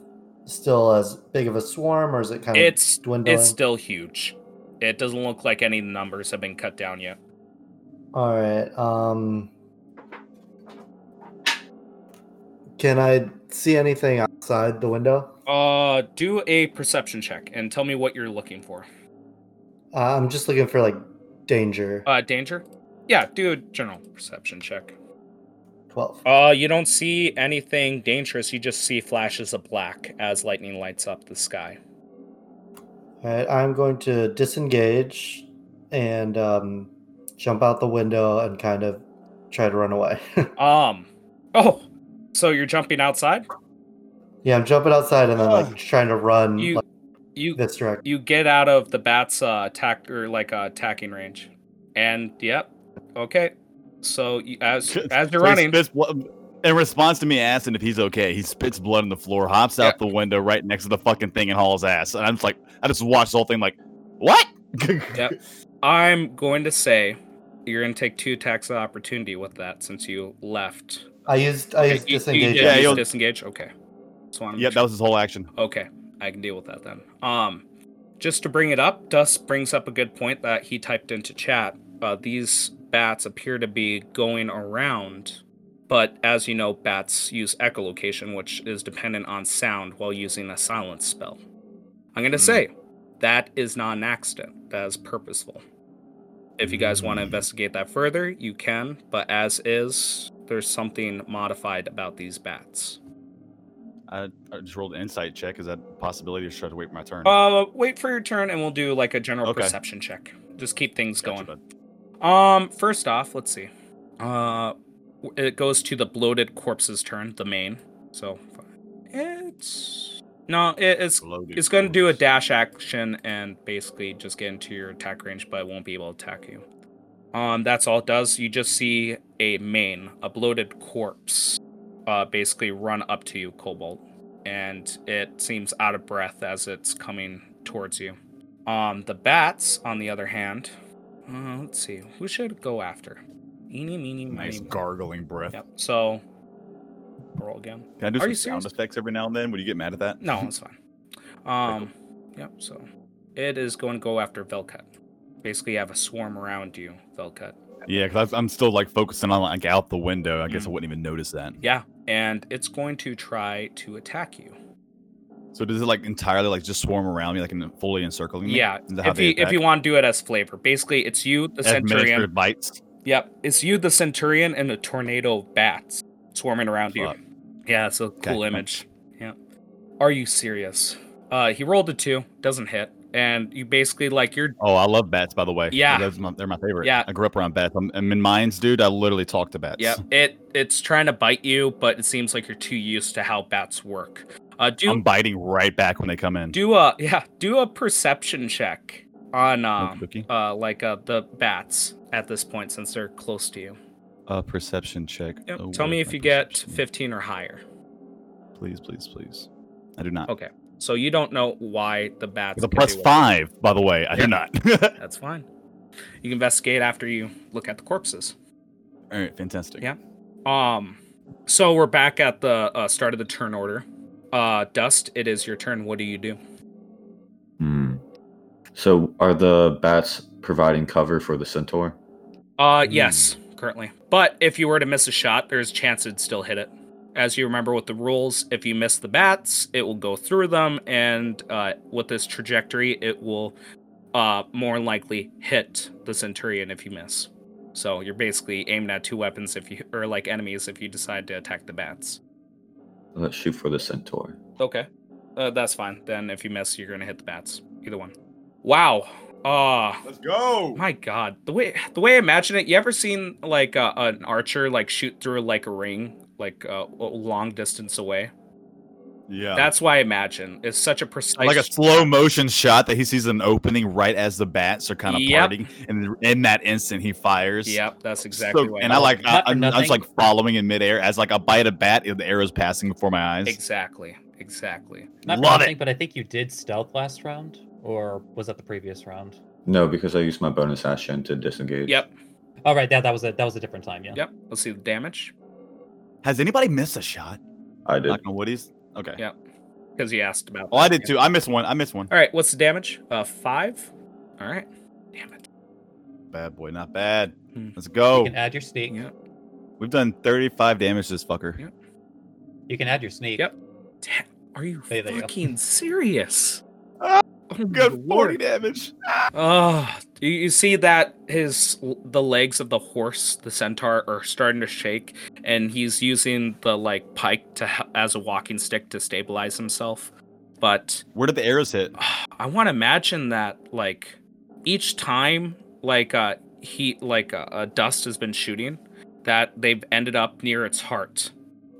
still as big of a swarm or is it kind of
it's
dwindling?
it's still huge it doesn't look like any of the numbers have been cut down yet
All right. Um, can I see anything outside the window?
uh do a perception check and tell me what you're looking for
Uh, I'm just looking for like danger.
uh danger yeah do a general perception check
Twelve.
uh you don't see anything dangerous you just see flashes of black as lightning lights up the sky
All right. I'm going to disengage and um, jump out the window and kind of try to run away. [laughs]
um oh so you're jumping outside
yeah, I'm jumping outside and then like trying to run
you
Mm, like,
you
this direction.
you get out of the bat's uh, attack or like uh, attacking range, and yep, okay. So you,
[laughs]
as as you're
So he
running,
spits blo- in response to me asking if he's okay, he spits blood on the floor, hops
Yeah.
out the window right next to the fucking thing, and hauls ass. And I'm just like, I just watched the whole thing, like, what? [laughs]
Yep. I'm going to say you're going to take two attacks of opportunity with that since you left.
I used I used
You- you
disengage.
did
Yeah,
use
you'll-
disengage. Okay. So I'm
Yep, that was his whole action.
Okay, I can deal with that then. Um, just to bring it up, Dust brings up a good point that he typed into chat. Uh, these bats appear to be going around, but as you know, bats use echolocation, which is dependent on sound while using a silence spell. I'm gonna
Mm.
say that is not an accident. That is purposeful. If you guys want to
Mm.
investigate that further, you can. But as is, there's something modified about these bats.
I, I just rolled an insight check. Is that a possibility or should I have to wait for my turn?
Uh, wait for your turn, and we'll do like a general
Okay.
perception check. Just keep things
Gotcha,
going.
bud.
Um, first off, let's see. Uh, w- it goes to the bloated corpse's turn, the main. So it's no, it, it's
Bloated
it's going to do a
corpse.
dash action and basically just get into your attack range, but it won't be able to attack you. Um, that's all it does. You just see a main, a bloated corpse, uh, basically run up to you, Cobalt, and it seems out of breath as it's coming towards you. Um, the bats, on the other hand, Uh, let's see. Who should go after? Eeny, meeny,
Nice
miny, moe.
gargling breath.
Yep. So, roll again.
Can I do
Are
some
you
sound
serious?
effects every now and then? Would you get mad at that?
No, it's fine. Um, yep. So, it is going to go after Velcut. Basically, have a swarm around you, Velcut.
Yeah, because I'm still like focusing on like out the window. I guess I wouldn't even notice that.
Mm-hmm. Yeah, and it's going to try to attack you.
So does it like entirely like just swarm around me, like in fully encircling me?
Yeah,
Is that how
if
they
you if
attack?
you want to do it as flavor, basically it's you, the
Administer
centurion.
bites.
Yep, it's you, the centurion, and a tornado of bats swarming around
Fuck.
you. Yeah, it's a cool
thanks.
image. Yeah. Are you serious? Uh, he rolled a two, doesn't hit, and you basically like you're
Oh, I love bats, by the way.
Yeah.
Those are my- they're my favorite.
Yeah.
I grew up around bats. I'm, I'm in mines, dude. I literally talk to bats.
yeah.
[laughs]
It it's trying to bite you, but it seems like you're too used to how bats work. Uh, do
I'm biting right back when they come in.
do a yeah do a perception check on
Oh,
um
Okey-dokey.
uh like uh the bats at this point since they're close to you.
A perception check.
Yep.
Oh,
Tell
where's
me if
my
you get
perception?
15 or higher.
Please, please, please. I do not.
Okay. So you don't know why the bats.
It's a
can
plus
do it.
five, by the way. I
Yeah.
do not. [laughs]
That's fine. You can investigate after you look at the corpses.
All right, fantastic.
Yeah. Um. So we're back at the uh, start of the turn order. Uh, Dust, it is your turn. What do you do?
Hmm. So are the bats providing cover for the centaur?
Uh, yes, currently. But if you were to miss a shot, there's a chance it'd still hit it. As you remember with the rules, if you miss the bats, it will go through them, and uh, with this trajectory, it will uh, more than likely hit the centurion if you miss. So you're basically aiming at two weapons if you or like enemies if you decide to attack the bats.
Let's shoot for the centaur.
Okay, uh, that's fine. Then if you miss, you're gonna hit the bats. Either one. Wow. Ah.
Let's go.
My God, the way the way I imagine it, you ever seen like uh, an archer like shoot through like a ring like uh, a long distance away?
Yeah.
That's why I imagine it's such a precise.
like a slow motion shot that he sees an opening right as the bats are kind of
Yep.
parting, and in that instant he fires.
Yep, that's exactly Oh,
So-
why.
and I like I,
Not for
I'm, I was
nothing.
like following in midair as like I bite a bat and the arrows passing before my eyes.
exactly, exactly.
Not for
Love
nothing,
it.
but I think you did stealth last round, or was that the previous round?
No, because I used my bonus action to disengage.
Yep,
All Oh, right, that that was a that was a different time. Yeah.
yep. Let's see the damage
Has anybody missed a shot?
I did.
Like on Woody's? Okay.
Yeah. because you asked about.
Oh, I did too. I missed one. I missed one.
All right, what's the damage? Uh, five. All right. Damn it.
Bad boy, not bad.
Hmm.
Let's
You
go.
can add your sneak.
Yep.
We've done 35 damage to this fucker.
Yeah.
You can add your sneak.
Yep. Da- Are you
Hey, there you go.
fucking serious?
Ah,
Oh, my
Good 40
lord.
damage.
Oh, do you see that his the legs of the horse, the centaur, are starting to shake, and he's using the like pike to h- as a walking stick to stabilize himself. But
Where did the arrows hit?
I want to imagine that like each time like uh he like uh, uh, dust has been shooting, that they've ended up near its heart,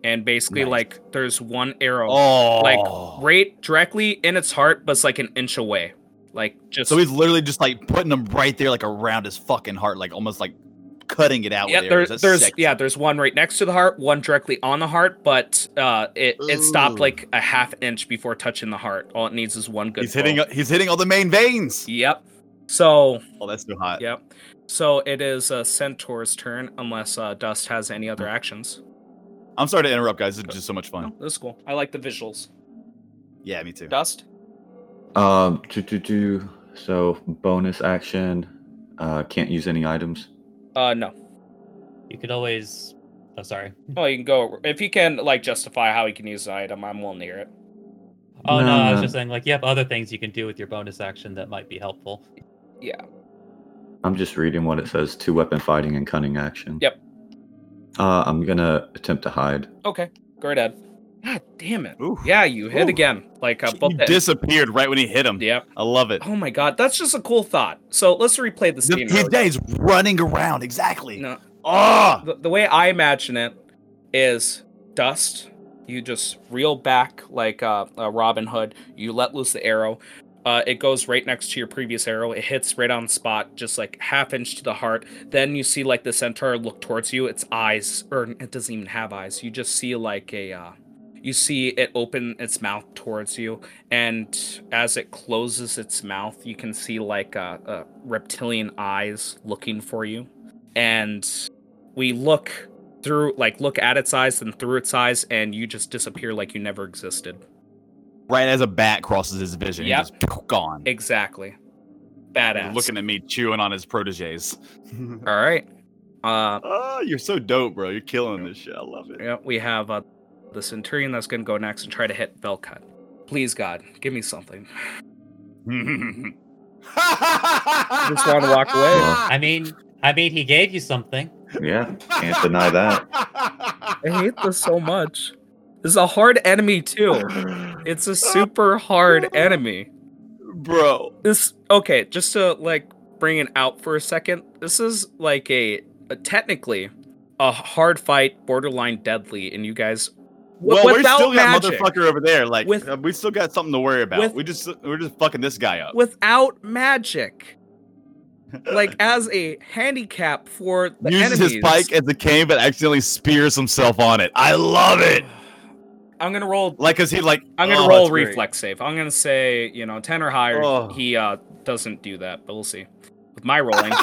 and basically
Nice.
like there's one arrow
Oh.
like right directly in its heart, but it's like an inch away, like just
So he's literally just like putting them right there, like around his fucking heart, like almost like cutting it out.
yeah,
with
there,
arrows. That's
there's
sick.
yeah, there's one right next to the heart, one directly on the heart, but uh, it it stopped
Ooh.
like a half inch before touching the heart. All it needs is one good.
He's hitting.
blow.
He's hitting all the main veins.
Yep. So
Oh, that's too hot.
yep. So it is uh, Centaur's turn, unless uh, Dust has any
Oh.
other actions.
I'm sorry to interrupt, guys. This is just so much fun.
No, this is cool. I like the visuals.
Yeah, me too. [laughs]
Dust.
Um, do, do, do. So bonus action. Uh, can't use any items.
Uh, no.
You could always. Oh, sorry.
Well, you can go if you can like justify how he can use an item. I'm willing to hear it.
Oh no, I was
No.
just saying like you have other things you can do with your bonus action that might be helpful.
I'm just reading what it says. Two weapon fighting and cunning action.
Yep.
Uh, I'm gonna attempt to hide.
Okay. Go ahead. God damn it.
Ooh.
Yeah, you hit
Ooh.
again. Like uh, both.
He
ends.
disappeared right when he hit him.
Yep.
I love it.
Oh my god, that's just a cool thought. So let's replay the
The-
scene.
his
real
day's running around exactly.
No,
Ah,
the, the way I imagine it is dust. You just reel back like uh, uh, Robin Hood. You let loose the arrow. Uh, it goes right next to your previous arrow. It hits right on spot, just like half inch to the heart. Then you see like the centaur look towards you. Its eyes, or it doesn't even have eyes. You just see like a, uh, You see it open its mouth towards you, and as it closes its mouth, you can see like uh uh reptilian eyes looking for you. And we look through, like, look at its eyes, then through its eyes, and you just disappear like you never existed.
Right as a bat crosses his vision,
Yep.
he's just gone.
Exactly. Badass.
Looking at me chewing on his proteges.
All right. Uh,
Ah, you're so dope, bro. You're killing this shit. I love it. [laughs]
yeah, we have uh, the Centurion that's going to go next and try to hit Velcut. Please, God, give me something.
Just
wanna walk
[laughs]
away.
I mean, I mean, he gave you something.
Yeah, can't
[laughs]
deny that.
I hate this so [laughs] much. This is a hard enemy, too. It's a super [laughs] hard enemy.
bro.
This, okay, just to like bring it out for a second, this is like a, a technically a hard fight, borderline deadly, and you guys.
Well, we
without
still got
magic.
motherfucker over there. Like,
With-
uh, we still got something to worry about.
with-
we just we're just fucking this guy up.
without magic.
[laughs]
Like as a handicap for the
Uses
enemies.
his pike as a cane, but accidentally spears himself on it. I love it.
I'm gonna roll.
Like, cause he like
I'm gonna
oh,
roll
that's great.
reflex save. I'm gonna say you know ten or higher.
Oh.
He uh doesn't do that, but we'll see. With my
[laughs]
rolling,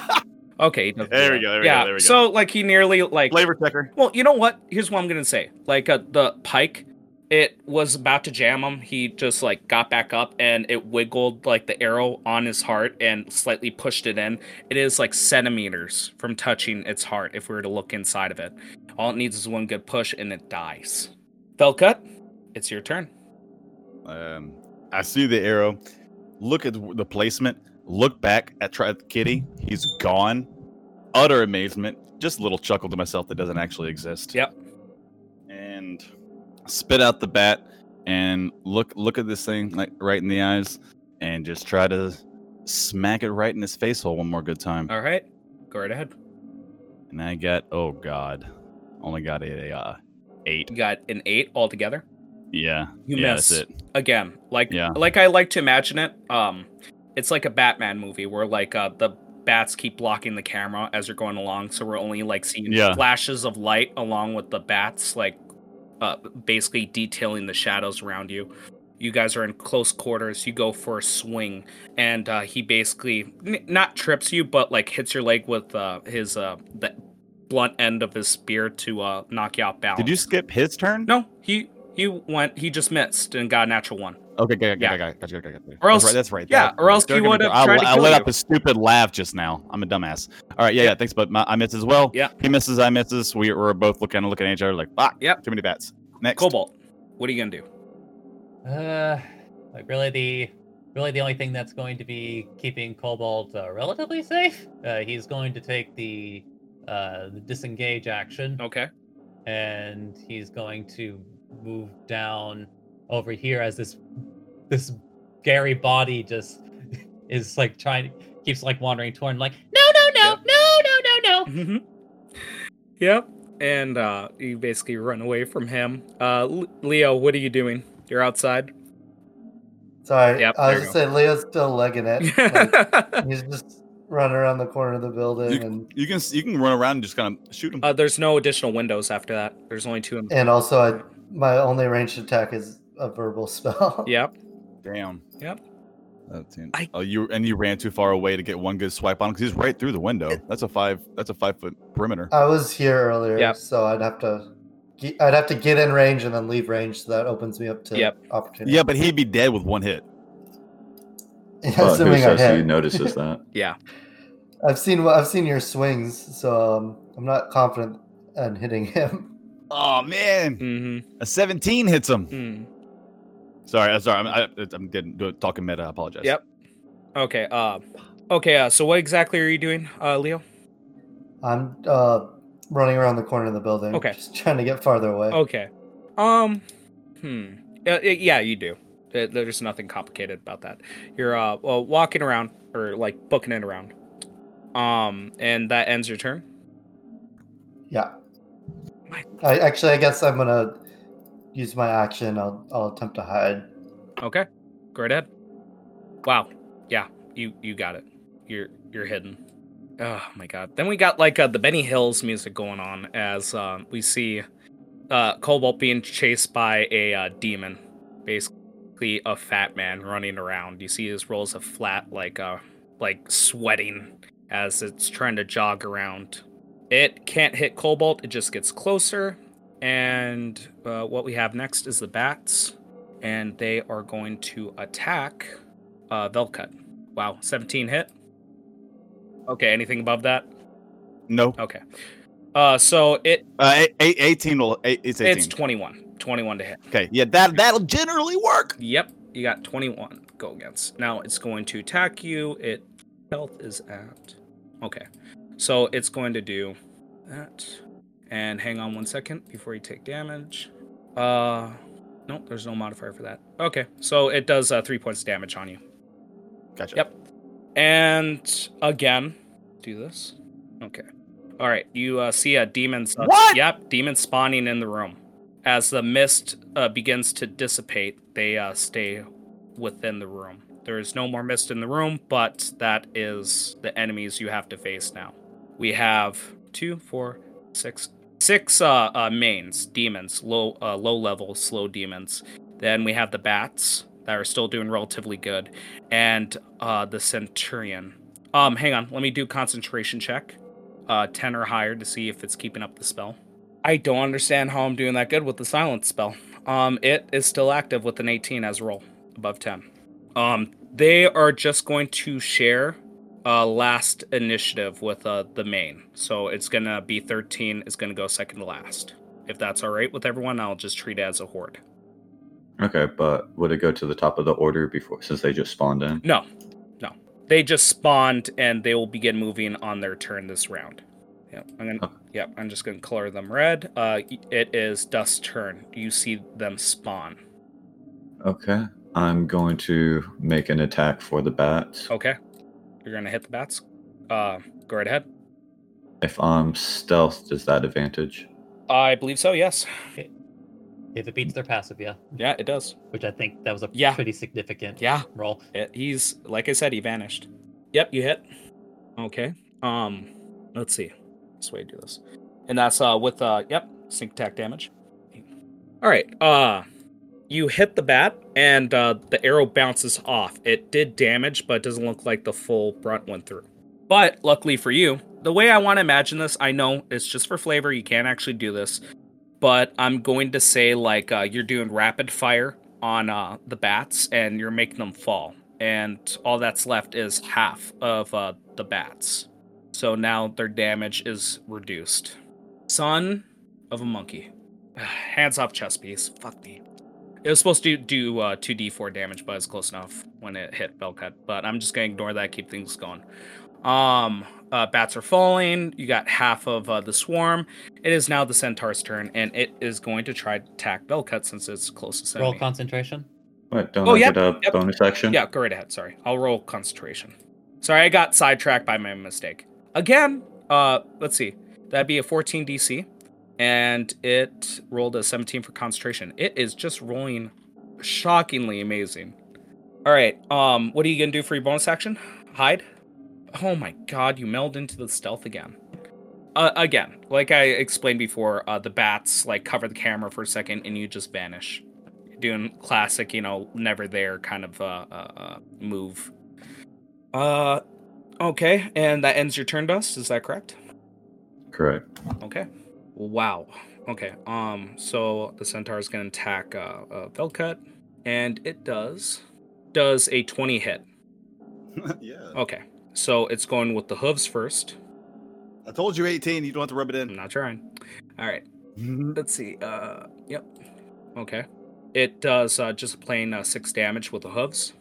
okay. he doesn't do
There we
that.
go, there we go,
yeah.
there we go.
So like he nearly like.
Flavor checker.
Well, you know what? Here's what I'm gonna say. Like uh, the pike, it was about to jam him. He just like got back up and it wiggled like the arrow on his heart and slightly pushed it in. It is like centimeters from touching its heart. If we were to look inside of it, all it needs is one good push and it dies. Felcut, it's your turn.
Um, I see the arrow. Look at the placement. Look back at Tri Kitty. He's gone. Utter amazement. Just a little chuckle to myself that doesn't actually exist.
Yep.
And spit out the bat and look look at this thing like right in the eyes and just try to smack it right in his face hole one more good time.
All right, go right ahead.
And I got oh god, only got a uh, eight.
You got an eight altogether.
Yeah.
You
yeah,
miss.
That's it.
again like
Yeah.
like i like to imagine it um it's like a batman movie where like uh the bats keep blocking the camera as you're going along so we're only like seeing
Yeah.
flashes of light along with the bats like uh basically detailing the shadows around you you guys are in close quarters you go for a swing and uh he basically n- not trips you but like hits your leg with uh his uh the blunt end of his spear to uh knock you out balance
Did you skip his turn?
no he he went he just missed and got a natural one
Okay, got it, got
Yeah.
it, got it, got it, got it, got it.
Or
That's
else-
right, that's right.
yeah,
that-
or else
they're
he
gonna be-
would've
I,
tried to
I
kill
let
you.
up a stupid laugh just now. I'm a dumbass. All right, yeah, yeah, thanks, but my, I miss as well.
Yeah.
he misses, I misses. We were both looking, looking at each other like, fuck,
Yep.
too many bats. Next,
Cobalt, what are you gonna do?
Uh, like really the really the only thing that's going to be keeping Cobalt uh, relatively safe. Uh, he's going to take the uh the disengage action,
Okay.
and he's going to move down over here as this this Gary body just [laughs] is like trying keeps like wandering toward him like no no no no no no no
Mm-hmm. Yep. And uh, you basically run away from him. Uh, L- Leo, what are you doing? You're outside.
[laughs]
[laughs]
Sorry,
Yep,
I
there
was
you
just saying Leo's still legging it.
[laughs]
Like,
uh,
he's just running around the corner of the building and
you can you can run around and just kind of shoot him.
Uh, there's no additional windows after that. There's
[laughs]
only two. In-
and also I, my only ranged attack is a verbal spell. [laughs]
Yep.
Damn.
Yep.
That's it.
I-
oh, you and you ran too far away to get one good swipe on because he's right through the window. That's a five. That's a five foot perimeter.
Uh,
I was here earlier,
Yep.
so I'd have to ge- I'd have to get in range and then leave range, so that opens me up to
Yep.
opportunity.
yeah, but he'd be dead with one hit.
[laughs]
But who
Assuming I
says he
hit.
notices that?
I've seen wh- I've seen your swings, so um, I'm not confident in hitting him. [laughs]
Oh man,
Mm-hmm.
a seventeen hits him.
Mm.
Sorry, I'm sorry. I'm, I, I'm getting do- talking meta. I apologize.
Yep. Okay. Uh, okay. Uh, so what exactly are you doing, uh, Leo?
I'm uh, running around the corner of the building,
Okay. Oh.
just trying to get farther away.
Okay. Um. Hmm. Uh, uh, yeah, you do. Uh, There's nothing complicated about that. You're uh well, walking around or like booking it around. Um, and that ends your turn.
Yeah.
My-
I actually, I guess I'm gonna use my action. I'll I'll attempt to hide.
Okay. Go right ahead. Wow. Yeah. You you got it. You're you're hidden. Oh my god. Then we got like uh, the Benny Hills music going on as um, we see uh, Cobalt being chased by a uh, demon, basically a fat man running around. You see his rolls of flat, like uh, like sweating as it's trying to jog around. It can't hit Cobalt. It just gets closer, and uh, what we have next is the bats, and they are going to attack uh, Velcut. Wow, 17 hit. Okay, anything above that?
No.
Okay. Uh, so it
Uh, eight, eight, 18 will. Eight, it's 18.
it's 21. 21 to hit.
okay. Yeah, that, that'll generally work.
Yep, you got 21 go against. Now it's going to attack you. It health is at Okay. So it's going to do that. And hang on one second before you take damage. Uh no, there's no modifier for that. Okay. So it does uh, 3 points of damage on you.
Gotcha.
Yep. And again, do this. Okay. All right. You uh, see a demon. uh,
What?
Yep. Demon spawning in the room. As the mist uh, begins to dissipate, they uh, stay within the room. There is no more mist in the room, but that is the enemies you have to face now. We have two, four, six, six uh, uh, mains, demons, low, uh, low level, slow demons. Then we have the bats that are still doing relatively good, and uh, the centurion. Um, hang on, let me do concentration check, uh, ten or higher to see if it's keeping up the spell. I don't understand how I'm doing that good with the silence spell. Um, it is still active with an 18 as a roll above 10. Um, they are just going to share uh, last initiative with uh, the main, so it's gonna be 13. It's gonna go second to last. If that's all right with everyone, I'll just treat it as a horde.
Okay, but would it go to the top of the order before since they just spawned in?
No, no. They just spawned and they will begin moving on their turn this round. Yep, I'm gonna. Yep, I'm just gonna color them red. Uh, y- it is Dust's turn. You see them spawn.
Okay. I'm going to make an attack for the bats.
Okay, you're gonna hit the bats. Uh, go right ahead.
If I'm stealthed, is that advantage?
I believe so. Yes.
If it beats their passive, yeah.
Yeah, it does.
Which I think that was a
Yeah.
pretty significant
Yeah,
roll.
it, he's like I said, he vanished. Yep, you hit. Okay. Um, let's see. This way to do this, and that's uh with uh yep sneak attack damage. All right. Uh, you hit the bat, and uh, the arrow bounces off. It did damage, but it doesn't look like the full brunt went through. But luckily for you, the way I want to imagine this, I know it's just for flavor. You can't actually do this, but I'm going to say like uh, you're doing rapid fire on uh, the bats and you're making them fall, and all that's left is half of uh, the bats. So now their damage is reduced. Son of a monkey, [sighs] hands off chest piece. Fuck me. It was supposed to do uh, 2d4 damage, but it's close enough when it hit Belcut. But I'm just gonna ignore that, keep things going. Um, uh, bats are falling. You got half of uh, the swarm. It is now the centaur's turn, and it is going to try to attack Belcut since it's closest
Roll
enemy.
concentration.
What? Don't
Oh,
I
yep,
get a
yep.
bonus action?
Yeah, go right ahead. Sorry. I'll roll concentration. Sorry, I got sidetracked by my mistake. Again, uh, let's see. That'd be a 14 DC, and it rolled a 17 for concentration. It is just rolling shockingly amazing. All right. Um, what are you gonna do for your bonus action? Hide. Oh my God! You meld into the stealth again. Uh, again, like I explained before, uh, the bats like cover the camera for a second, and you just vanish doing classic, you know, never there kind of uh, uh, uh, move. Uh, okay, and that ends your turn, Dust. Is that correct?
Correct.
Okay. Wow. Okay. Um. So the centaur is gonna attack uh, uh Velcut, and it does does a twenty hit.
[laughs] yeah.
Okay. So it's going with the hooves first.
I told you 18. You don't have to rub it
I'm not trying. All right.
in.
Let's see. Uh. Yep. Okay. It does uh, just plain uh, six damage with the hooves,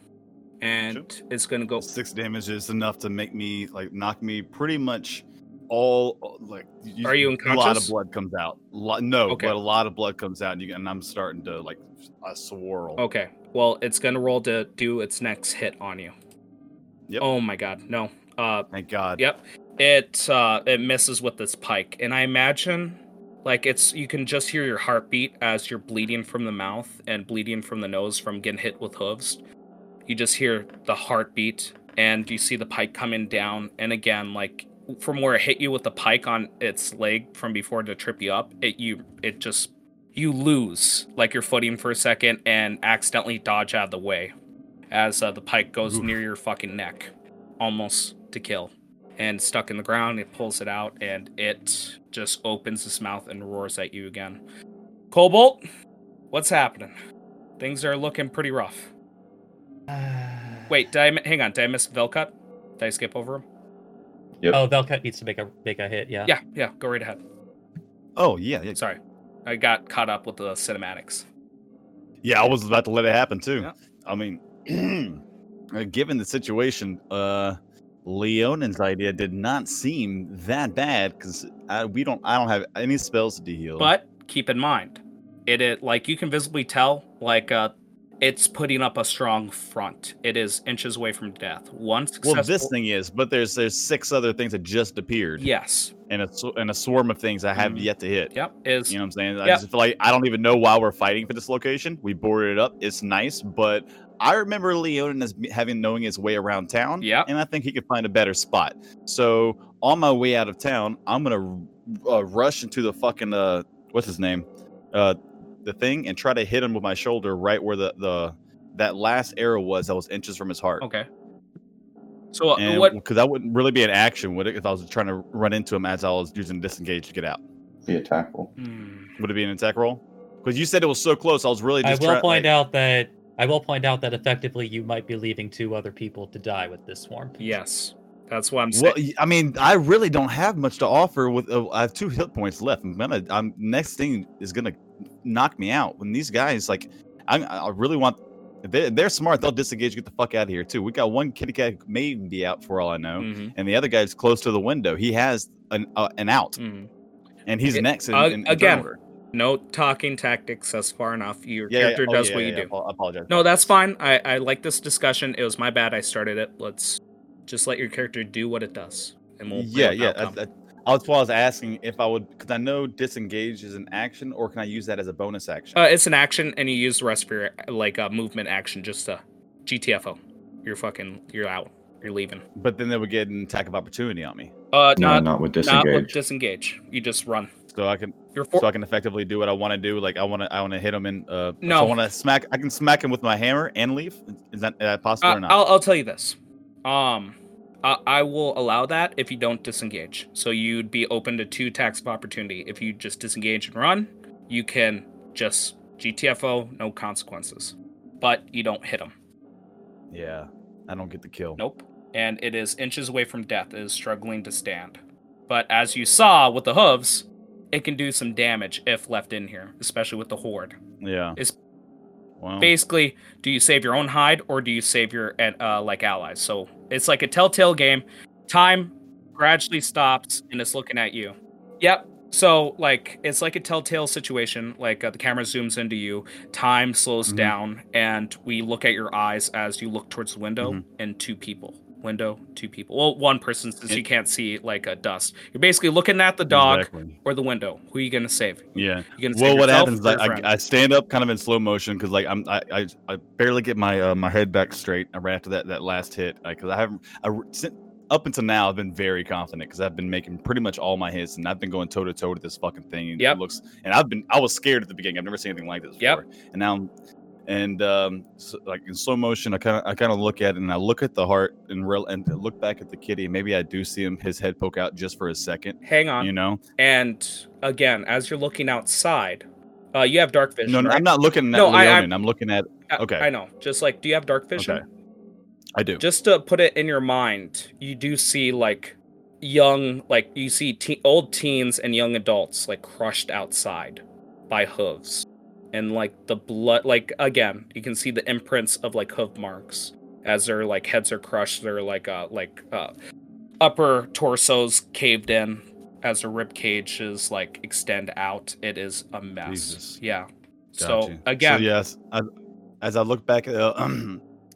and it's gonna go
[laughs] Six damage is enough to make me like knock me pretty much all like.
Are you
A lot
unconscious?
of blood comes out. Lo- no,
Okay.
but a lot of blood comes out, and, you, and I'm starting to like a swirl.
Okay. Well, it's gonna roll to do its next hit on you.
Yep.
Oh my god, no. Uh
Thank God.
yep. It uh it misses with this pike, and I imagine like it's you can just hear your heartbeat as you're bleeding from the mouth and bleeding from the nose from getting hit with hooves. You just hear the heartbeat and you see the pike coming down and again like from where it hit you with the pike on its leg from before to trip you up, it you it just you lose like your footing for a second and accidentally dodge out of the way as uh, the pike goes
Oof.
near your fucking neck, almost to kill. And stuck in the ground, it pulls it out and it just opens its mouth and roars at you again. Cobalt, what's happening? Things are looking pretty rough. [sighs] Wait, did I, mi- hang on. Did I miss Velcut? Did I skip over him?
Oh, Velcut needs to make a make a hit. Yeah.
Yeah, yeah. Go right ahead.
Oh yeah, yeah,
Sorry, I got caught up with the cinematics.
yeah. I was about to let it happen too.
Yeah.
I mean, [clears throat] uh, given the situation, uh, Leonin's idea did not seem that bad because we don't. I don't have any spells to heal.
But keep in mind, it, it like you can visibly tell like uh, it's putting up a strong front. It is inches away from death. One successful.
well, this thing is. But there's there's six other things that just appeared.
Yes.
and a sw- and a swarm of things I have
Mhm.
yet to hit.
Yep. Is
You know what I'm saying? I
Yeah.
just feel like I don't even know why we're fighting for this location. We boarded it up. It's nice, but I remember Leonin as be- having knowing his way around town.
Yeah.
and I think he could find a better spot. So on my way out of town, I'm gonna r- uh, rush into the fucking uh, what's his name, uh, the thing, and try to hit him with my shoulder right where the the that last arrow was that was inches from his heart.
okay. So uh,
And
what?
because that wouldn't really be an action, would it? If I was trying to run into him as I was using disengage to get out,
Be a tackle.
Hmm.
would it be an attack roll? Because you said it was so close, I was really
I
just
will
trying,
point
like-
out that I will point out that effectively you might be leaving two other people to die with this swarm.
Yes. That's what I'm saying.
Well, y- I mean, I really don't have much to offer. With uh, I have two hit points left. I'm gonna. I'm next thing is gonna knock me out. When these guys like, I I really want. They're, they're smart. They'll disengage. Get the fuck out of here too. We got one kitty cat who may be out for all I know,
Mhm,
and the other guy's close to the window. He has an uh, an out,
mhm.
and he's
It-
next. In,
uh,
in- in turn
again,
order.
No talking tactics. That's far enough. Your
Yeah, yeah,
character
oh,
does
yeah,
what
yeah,
you
yeah,
do.
apo- I apologize.
No, that's fine. I, I like this discussion. It was my bad. I started it. Let's just let your character do what it does, and we'll
yeah, yeah. I,
outcome.
I, I was, well, I was asking if I would, because I know disengage is an action, or can I use that as a bonus action?
Uh, it's an action, and you use the rest of your like uh, movement action just to GTFO. You're fucking. You're out. You're leaving.
but then they would get an attack of opportunity on me,
Uh,
No,
not
not with
not with
disengage.
disengage. You just run.
so I can,
You're for-
so I can effectively do what I want to do. Like I want to, I want to hit him and uh, so
No.
I want to smack. I can smack him with my hammer and leave. Is that uh, possible
Uh,
or not?
I'll, I'll tell you this. Um, I, I will allow that if you don't disengage. So you'd be open to two attacks of opportunity. If you just disengage and run, you can just GTFO, no consequences. But you don't hit him.
yeah, I don't get the kill.
Nope. And it is inches away from death. It is struggling to stand. But as you saw with the hooves, it can do some damage if left in here, especially with the horde.
Yeah.
It's-
well,
basically do you save your own hide or do you save your and, uh, like allies so it's like a telltale game time gradually stops and it's looking at you yep so like it's like a telltale situation like uh, the camera zooms into you time slows
Mhm.
down and we look at your eyes as you look towards the window
Mhm.
and two people window two people well one person since
It-
you can't see like a dust you're basically looking at the dog
exactly.
or the window who are you gonna save
Yeah.
you gonna
well
save
what
yourself
happens is
or
I,
your friend?
I, I stand up kind of in slow motion because like i'm I, I i barely get my uh, my head back straight right after that that last hit because i haven't i re- sin- up until now i've been very confident because i've been making pretty much all my hits and i've been going toe-to-toe with this fucking thing and
Yep.
it looks and i've been i was scared at the beginning i've never seen anything like this
Yep.
before and now I'm- and um so, like in slow motion i kind of i kind of look at it and i look at the heart and real and look back at the kitty and maybe i do see him his head poke out just for a second
hang on
you know
And again, as you're looking outside, uh, you have dark vision.
no, no
right?
i'm not looking at
No, I- I'm-
Leonin. i'm looking at
I-
okay.
I, know. Just like, do you have dark vision?
Okay. i do
Just to put it in your mind, you do see like young, like you see te- old teens and young adults like crushed outside by hooves, and like the blood. Like again, you can see the imprints of like hoof marks as their like heads are crushed. Their like uh like uh upper torsos caved in as their rib cages like extend out. It is a mess.
Jesus.
Yeah.
Gotcha.
So again,
yes, I, as I look back uh, [clears throat]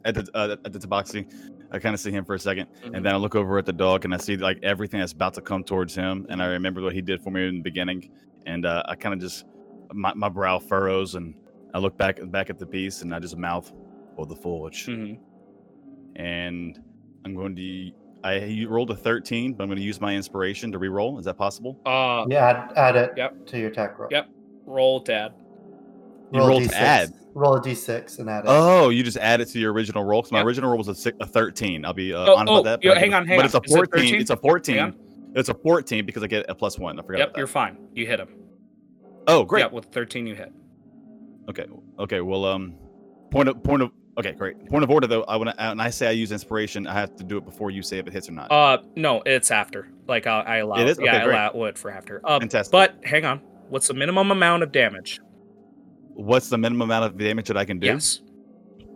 at the uh, at the tabaxi, I kind of see him for a 2nd
Mhm.
and then I look over at the dog, and I see like everything that's about to come towards him, and I remember what he did for me in the beginning, and uh, I kind of just my, my brow furrows, and I look back back at the beast, and I just mouth for the forge,
mhm.
and I'm going to. I you rolled a 13, but I'm going to use my inspiration to re-roll. Is that possible?
Uh,
Yeah, add, add it
Yep.
to your attack roll.
Yep. roll, Dad.
You rolled to add.
Roll a d6 and add it.
Oh, you just add it to your original roll. 'cause my
Yeah.
original roll was a, si- a thirteen. I'll be uh,
Oh,
honest
oh,
about that.
yeah,
but I
hang
get-
on, hang
but
on.
it's a
Is it 13?
fourteen. It's a
Hang
fourteen. It's a fourteen because I get a plus one. I forgot.
Yep,
about
you're
that.
fine. You hit him.
Oh, great.
Yeah, with 13 you hit.
Okay. Okay. Well, um, point of point of. Okay, great. Point of order though. I want to. And I say I use inspiration. I have to do it before you say if it hits or not.
Uh, no, it's after. Like uh, I, I allow.
It is?
yeah,
Okay,
I
great.
allow it for after. Um,
Fantastic.
but hang on. What's the minimum amount of damage?
What's the minimum amount of damage that I can do?
Yes,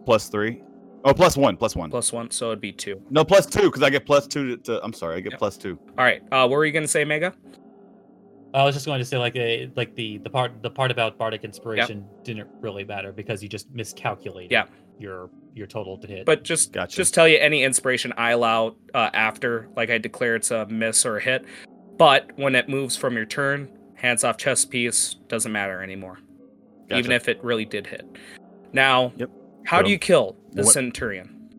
Plus three. Oh, plus one. Plus one.
plus one, so it'd be two.
No, plus two because I get plus two. To, to, I'm sorry, I get
Yep.
plus two.
All right. Uh, what were you gonna say, Mega?
I was just going to say like a, like the the part the part about bardic inspiration didn't really matter because you just miscalculated
Yeah.
your your total to hit.
But just
Gotcha.
just tell you any inspiration I allow uh, after, like I declare it's a miss or a hit. But when it moves from your turn, hands off chess piece doesn't matter anymore,
Gotcha.
even if it really did hit. Now,
Yep.
how
Got
do
him.
you kill the
What-
centurion?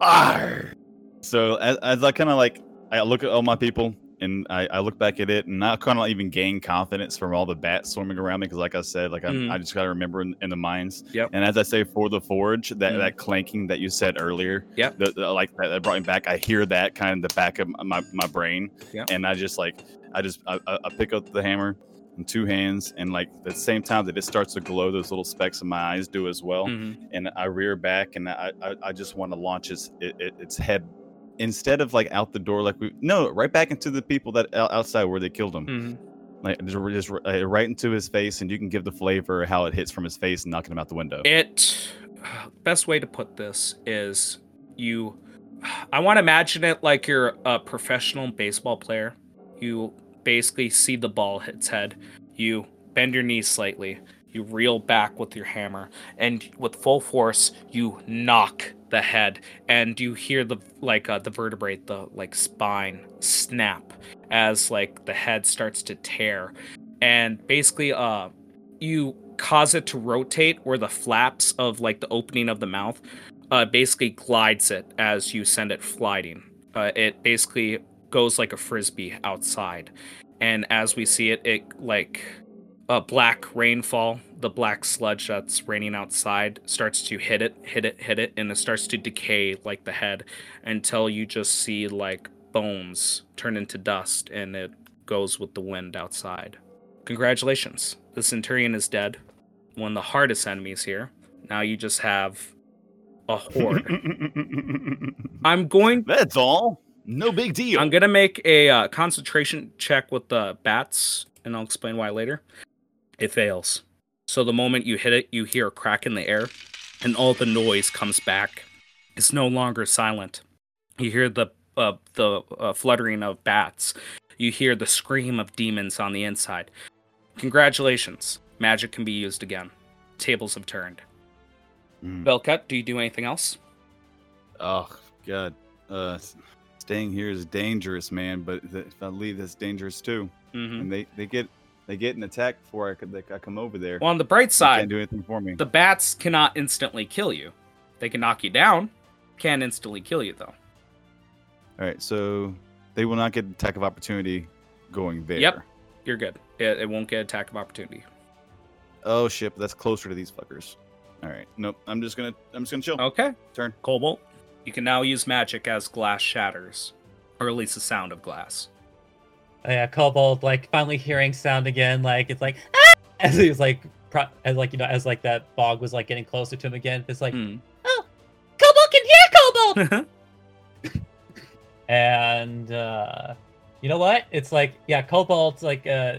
Arr! So as, as I kind of like, I look at all my people and I, I look back at it, and I kind of even gain confidence from all the bats swarming around me because, like I said, like I'm,
Mhm.
I just gotta remember in, in the mines.
Yep.
And as I say for the forge, that
Mhm.
that clanking that you said earlier,
Yep.
the, the- like that, that brought me back. I hear that kind of in the back of my my brain,
Yep.
and I just like I just I, I I pick up the hammer in two hands, and like at the same time that it starts to glow, those little specks in my eyes do as well
Mhm.
and I rear back and I I, I just want to launch its it, it, its head instead of like out the door like we no right back into the people that out- outside where they killed him
Mhm.
like just, just uh, right into his face and you can give the flavor how it hits from his face and knocking him out the window. [laughs]
It best way to put this is you I want to imagine it like you're a professional baseball player. You basically see the ball hit its head. You bend your knees slightly. You reel back with your hammer and with full force you knock the head and you hear the like uh, the vertebrae the like spine snap as like the head starts to tear and basically uh you cause it to rotate where the flaps of like the opening of the mouth uh, basically glides it as you send it flying. Uh, it basically goes like a frisbee outside, and as we see it, it like a black rainfall, the black sludge that's raining outside starts to hit it, hit it, hit it, and it starts to decay like the head until you just see like bones turn into dust, and it goes with the wind outside. Congratulations, the centurion is dead. One of the hardest enemies here. Now you just have a horde. I'm going.
That's all. No big deal.
I'm gonna make a uh, concentration check with the bats, and I'll explain why later. It fails. So the moment you hit it, you hear a crack in the air, and all the noise comes back. It's no longer silent. You hear the uh, the uh, fluttering of bats. You hear the scream of demons on the inside. Congratulations, magic can be used again. Tables have turned.
Mm.
Belkat, do you do anything else?
Oh god. Uh s- staying here is dangerous, man, but th- if I leave that's dangerous too.
Mm-hmm.
And they they get they get an attack before I could they, I come over there.
Well, on the bright
They
side,
can't do anything for me.
The bats cannot instantly kill you. They can knock you down, can't instantly kill you though.
All right, so they will not get attack of opportunity going there.
Yep. You're good. It, it won't get attack of opportunity.
Oh shit, but that's closer to these fuckers. All right, nope. I'm just gonna I'm just gonna chill.
Okay.
Turn.
Cobalt, you can now use magic as glass shatters, or at least the sound of glass.
Oh, yeah, Cobalt like finally hearing sound again, like it's like "Ah!" [laughs] as he was like pro- as like you know as like that fog was like getting closer to him again. It's like
Hmm. [laughs] Mm-hmm.
Cobalt can hear Cobalt. [laughs] and uh, you know what? It's like yeah, Cobalt like uh,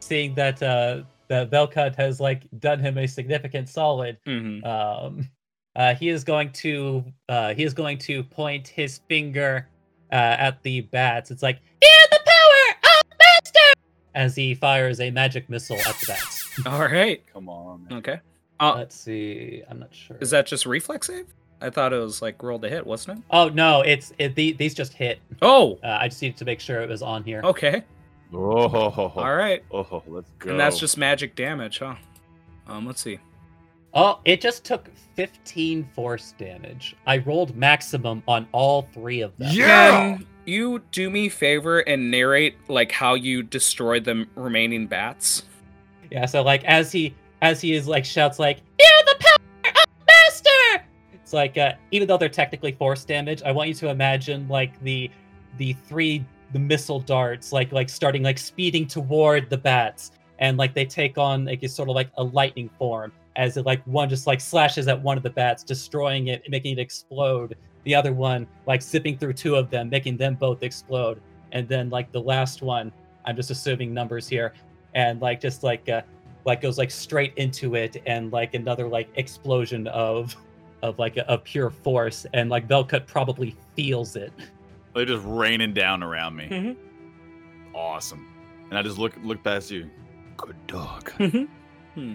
seeing that uh, that Velcut has like done him a significant solid.
Mhm.
Um, uh, he is going to uh, he is going to point his finger uh, at the bats. It's like hear the power of master as he fires a magic missile at the bats.
All right.
Come on. man.
Okay. Uh,
Let's see. I'm not sure.
Is that just reflex save? I thought it was like roll to hit, wasn't it?
Oh no! It's it, the, these just hit.
Oh.
Uh, I just needed to make sure it was on here.
Okay.
Oh, ho, ho, ho.
All right.
Oh, ho, let's go.
And that's just magic damage, huh? Um, let's see.
Oh, it just took 15 force damage. I rolled maximum on all three of them.
yeah.
Can you do me a favor and narrate like how you destroy the remaining bats?
Yeah, so like as he as he is like shouts like, "Hear the power of master!" It's like uh, even though they're technically force damage, I want you to imagine like the the three the missile darts like like starting like speeding toward the bats, and like they take on like it's sort of like a lightning form as it like one just like slashes at one of the bats, destroying it, making it explode. The other one like zipping through two of them, making them both explode, and then like the last one. I'm just assuming numbers here, and like just like uh, like goes like straight into it and like another like explosion of of like a, a pure force and like Velcut probably feels it.
They're just raining down around me.
Mhm.
Awesome. And I just look look past you. Good
[laughs]
dog.
Mhm. Hmm.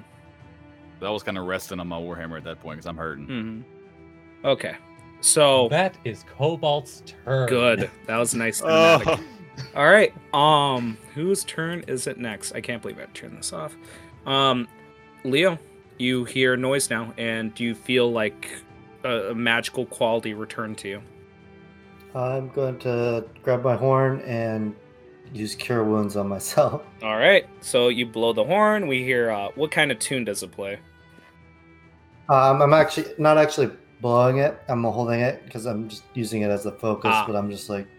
That was kind of resting on my warhammer at that point because I'm hurting.
Mhm.
[laughs]
Okay. So
That is Cobalt's turn.
Oh. good. That was [laughs] nice.
Oh.
Thematic. All right. Um, whose turn is it next? I can't believe I turned this off. Um, Leo, you hear noise now, and you feel like a, a magical quality return to you.
I'm going to grab my horn and use cure wounds on myself. [laughs]
All right. So you blow the horn. We hear. Uh, what kind of tune does it play?
Um, I'm actually not actually blowing it. I'm holding it because I'm just using it as a focus.
Ah.
But I'm just like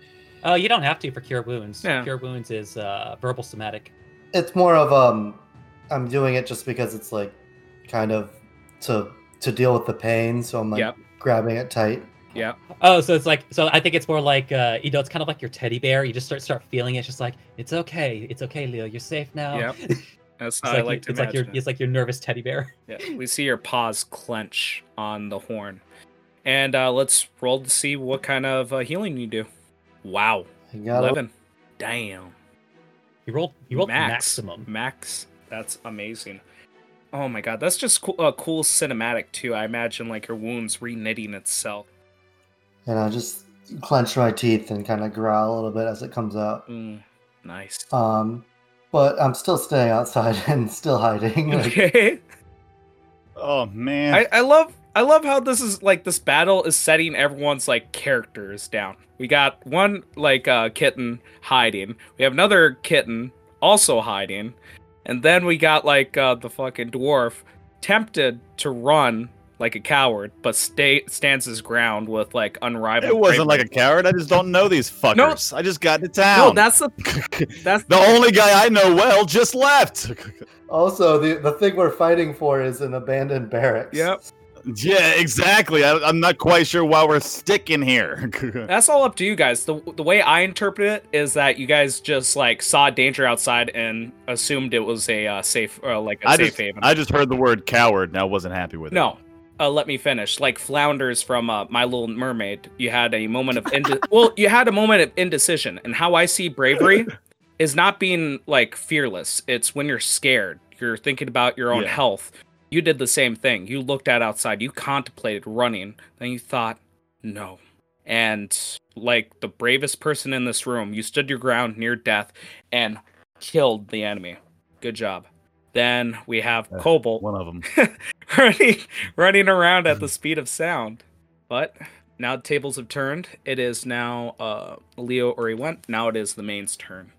Oh, you don't have to for cure wounds.
Yeah.
Cure wounds is uh, verbal somatic.
it's more of um, I'm doing it just because it's like kind of to to deal with the pain. So I'm like
Yep.
grabbing it tight.
Oh, so it's like so I think it's more like uh, you know it's kind of like your teddy bear. You just start start feeling it. It's just like it's okay, it's okay, Leo. You're safe now.
Yep. That's
[laughs] It's
how
like,
I like to
it's like your
imagine it.
it's like your nervous teddy bear.
Yeah, we see your paws clench on the horn. And uh, let's roll to see what kind of uh, healing you do. Wow.
I got it.
11. Damn.
You rolled you rolled
Max.
maximum.
Max. That's amazing. Oh my god, that's just cool, uh, cool cinematic too. I imagine like your wounds re-knitting itself.
and I just clench my teeth and kind of growl a little bit as it comes out.
Mm, nice.
Um, but I'm still staying outside [laughs] and still hiding.
[laughs]
Like,
Okay.
Oh man.
I, I love I love how this is like this battle is setting everyone's like characters down. We got one like uh, kitten hiding. We have another kitten also hiding, and then we got like uh, the fucking dwarf tempted to run like a coward, but stay stands his ground with like unrivaled.
it wasn't like a
bravery.
coward. I just don't know these fuckers. I just got to town.
No, that's the
[laughs]
that's
the only guy I know well just left.
also, the the thing we're fighting for is an abandoned barracks.
Yep.
yeah, exactly. I, I'm not quite sure why we're sticking here. [laughs]
That's all up to you guys. The the way I interpret it is that you guys just like saw danger outside and assumed it was a uh, safe uh, like a
I
safe
just,
haven.
I just heard the word coward and I wasn't happy with it.
No. Uh, let me finish. Like flounders from uh, My Little Mermaid, you had a moment of indi- [laughs] well, you had a moment of indecision. And how I see
[laughs]
bravery is not being like fearless. It's when you're scared. You're thinking about your own
Yeah.
health. You did the same thing. You looked at outside. You contemplated running. Then you thought, no. And like the bravest person in this room, you stood your ground near death and killed the enemy. Good job. Then we have
Yeah.
Cobalt
One of them.
[laughs] running running around at the speed of sound. But now the tables have turned. It is now uh, Leo or he went. Now it is the main's turn.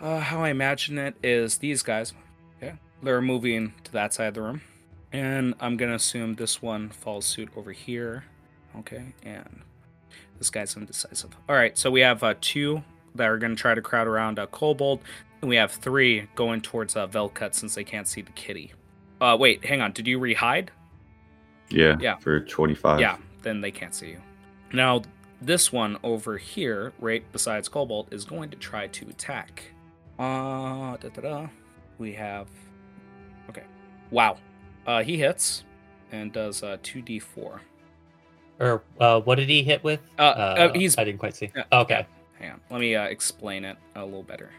Uh, how I imagine it is these guys. Yeah, they're moving to that side of the room, and I'm gonna assume this one falls suit over here. Okay, and this guy's indecisive. All right, so we have uh, two that are gonna try to crowd around uh, Kobold, and we have three going towards uh, Velcut since they can't see the kitty. Uh, wait, hang on. Did you rehide?
Yeah.
Yeah.
For 25.
Yeah, then they can't see you. Now, this one over here, right besides Cobalt, is going to try to attack. Uh, da da da. We have. Okay. Wow. Uh, he hits and does uh, 2d4.
Or uh, what did he hit with?
Uh, uh, he's-
I didn't quite see. Oh,
Yeah.
Okay.
Hang on. Let me uh, explain it a little better.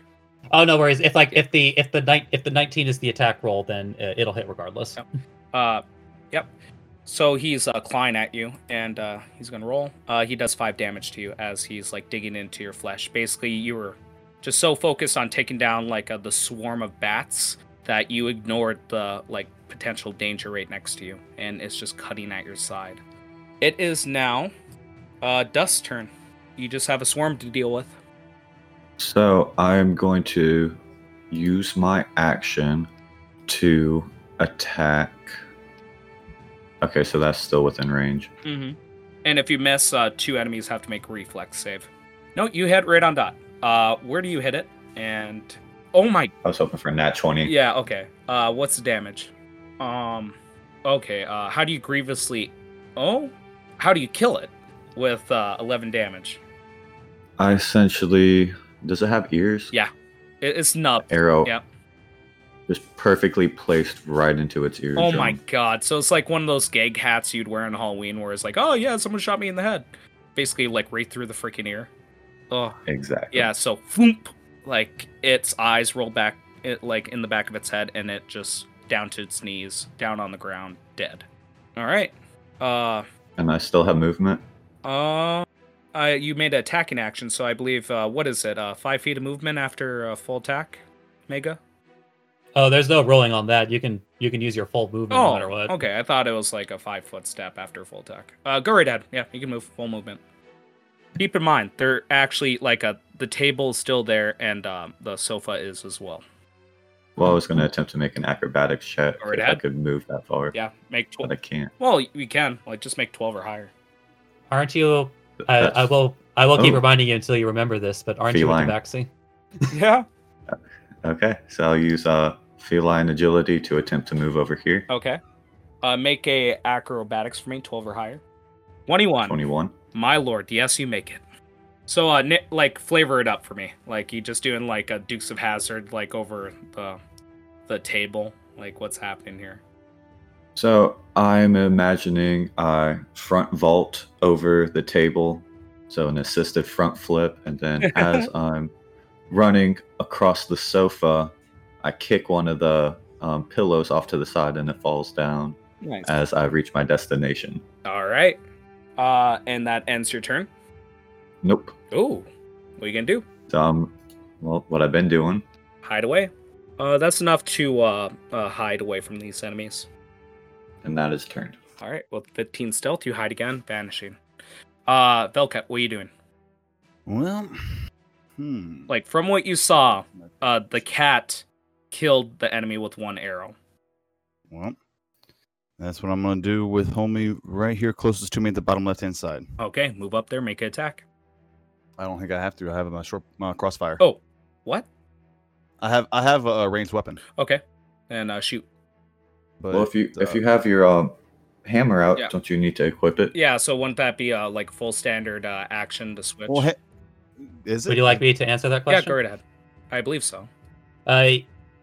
Oh no worries. If like if the if the nine if the nineteen is the attack roll, then uh, it'll hit regardless.
Yep. Uh, yep. So he's uh, clawing at you, and uh, he's gonna roll. Uh, he does five damage to you as he's like digging into your flesh. Basically, you were just so focused on taking down like uh, the swarm of bats that you ignored the like potential danger right next to you, and it's just cutting at your side. It is now uh, Dust's turn. You just have a swarm to deal with.
So I'm going to use my action to attack. Okay, so that's still within range.
Mm-hmm. And if you miss, uh, two enemies have to make a reflex save. No, you hit right on dot. Uh, where do you hit it? And oh my,
I was hoping for a nat 20.
yeah, okay. Uh, what's the damage? Um, okay. Uh, how do you grievously? Oh, how do you kill it with uh, eleven damage?
I essentially. Does it have ears?
Yeah. It, it's nubbed.
Arrow.
Yep.
Just perfectly placed right into its ear.
Oh my
drum.
god! So it's like one of those gag hats you'd wear on Halloween, where it's like, oh yeah, someone shot me in the head, basically like right through the freaking ear. Oh
Exactly.
yeah, so foomp, like its eyes roll back, it, like in the back of its head, and it just down to its knees, down on the ground, dead. All right. Uh,
And I still have movement.
uh, I, you made an attacking action, so I believe uh, what is it? Uh, five feet of movement after uh, full attack, mega.
Oh, there's no rolling on that. You can you can use your full movement no
Oh,
matter what.
okay. I thought it was like a five foot step after full attack. Uh, go right ahead. Yeah, you can move full movement. Keep in mind, they're actually like a the table is still there, and um, the sofa is as well.
Well, I was going to attempt to make an acrobatics check
Or
if I
that.
could move that far,
Yeah, make twelve.
but I can't.
Well, we can like just make twelve or higher.
Aren't you? Uh, I, I
That's-
will I will keep
Oh.
reminding you until you remember this. But aren't you
Feline.
with the vaccine?
[laughs] Yeah.
Okay, so I'll use uh, feline agility to attempt to move over here.
Oh,
Okay. Uh, make a acrobatics for me, twelve or higher. Twenty-one.
21.
My lord, yes, you make it. So, uh, ni- like, flavor it up for me. Like, you just doing like a Dukes of Hazard, like over the the table. Like, what's happening here?
So I'm imagining I front vault over the table, so an assisted front flip,
[laughs]
and then as I'm running across the sofa, I kick one of the um, pillows off to the side and it falls down
Nice.
as I reach my destination.
All right. Uh, and that ends your turn.
Nope.
Ooh, what you gonna do?
So I'm, well, what I've been doing.
Hide away. Uh, that's enough to uh, uh, hide away from these enemies.
And that is turned.
All right. Well, 15 stealth, you hide again, vanishing. Uh, Velka, what are you doing?
Well, hmm.
Like from what you saw, uh, the cat killed the enemy with one arrow.
Well, that's what I'm gonna do with homie right here, closest to me at the bottom left hand side.
Okay, move up there, make an attack.
I don't think I have to. I have my short my crossfire.
Oh. What?
I have I have a, a ranged weapon.
Okay, and uh, shoot.
But
well, if you
uh,
if you have your um, hammer out,
Yeah.
don't you need to equip it?
Yeah. So wouldn't that be uh, like full standard uh, action to switch?
well, he- is it?
Would you like me to answer that
yeah,
question?
go right ahead. I believe so.
Uh,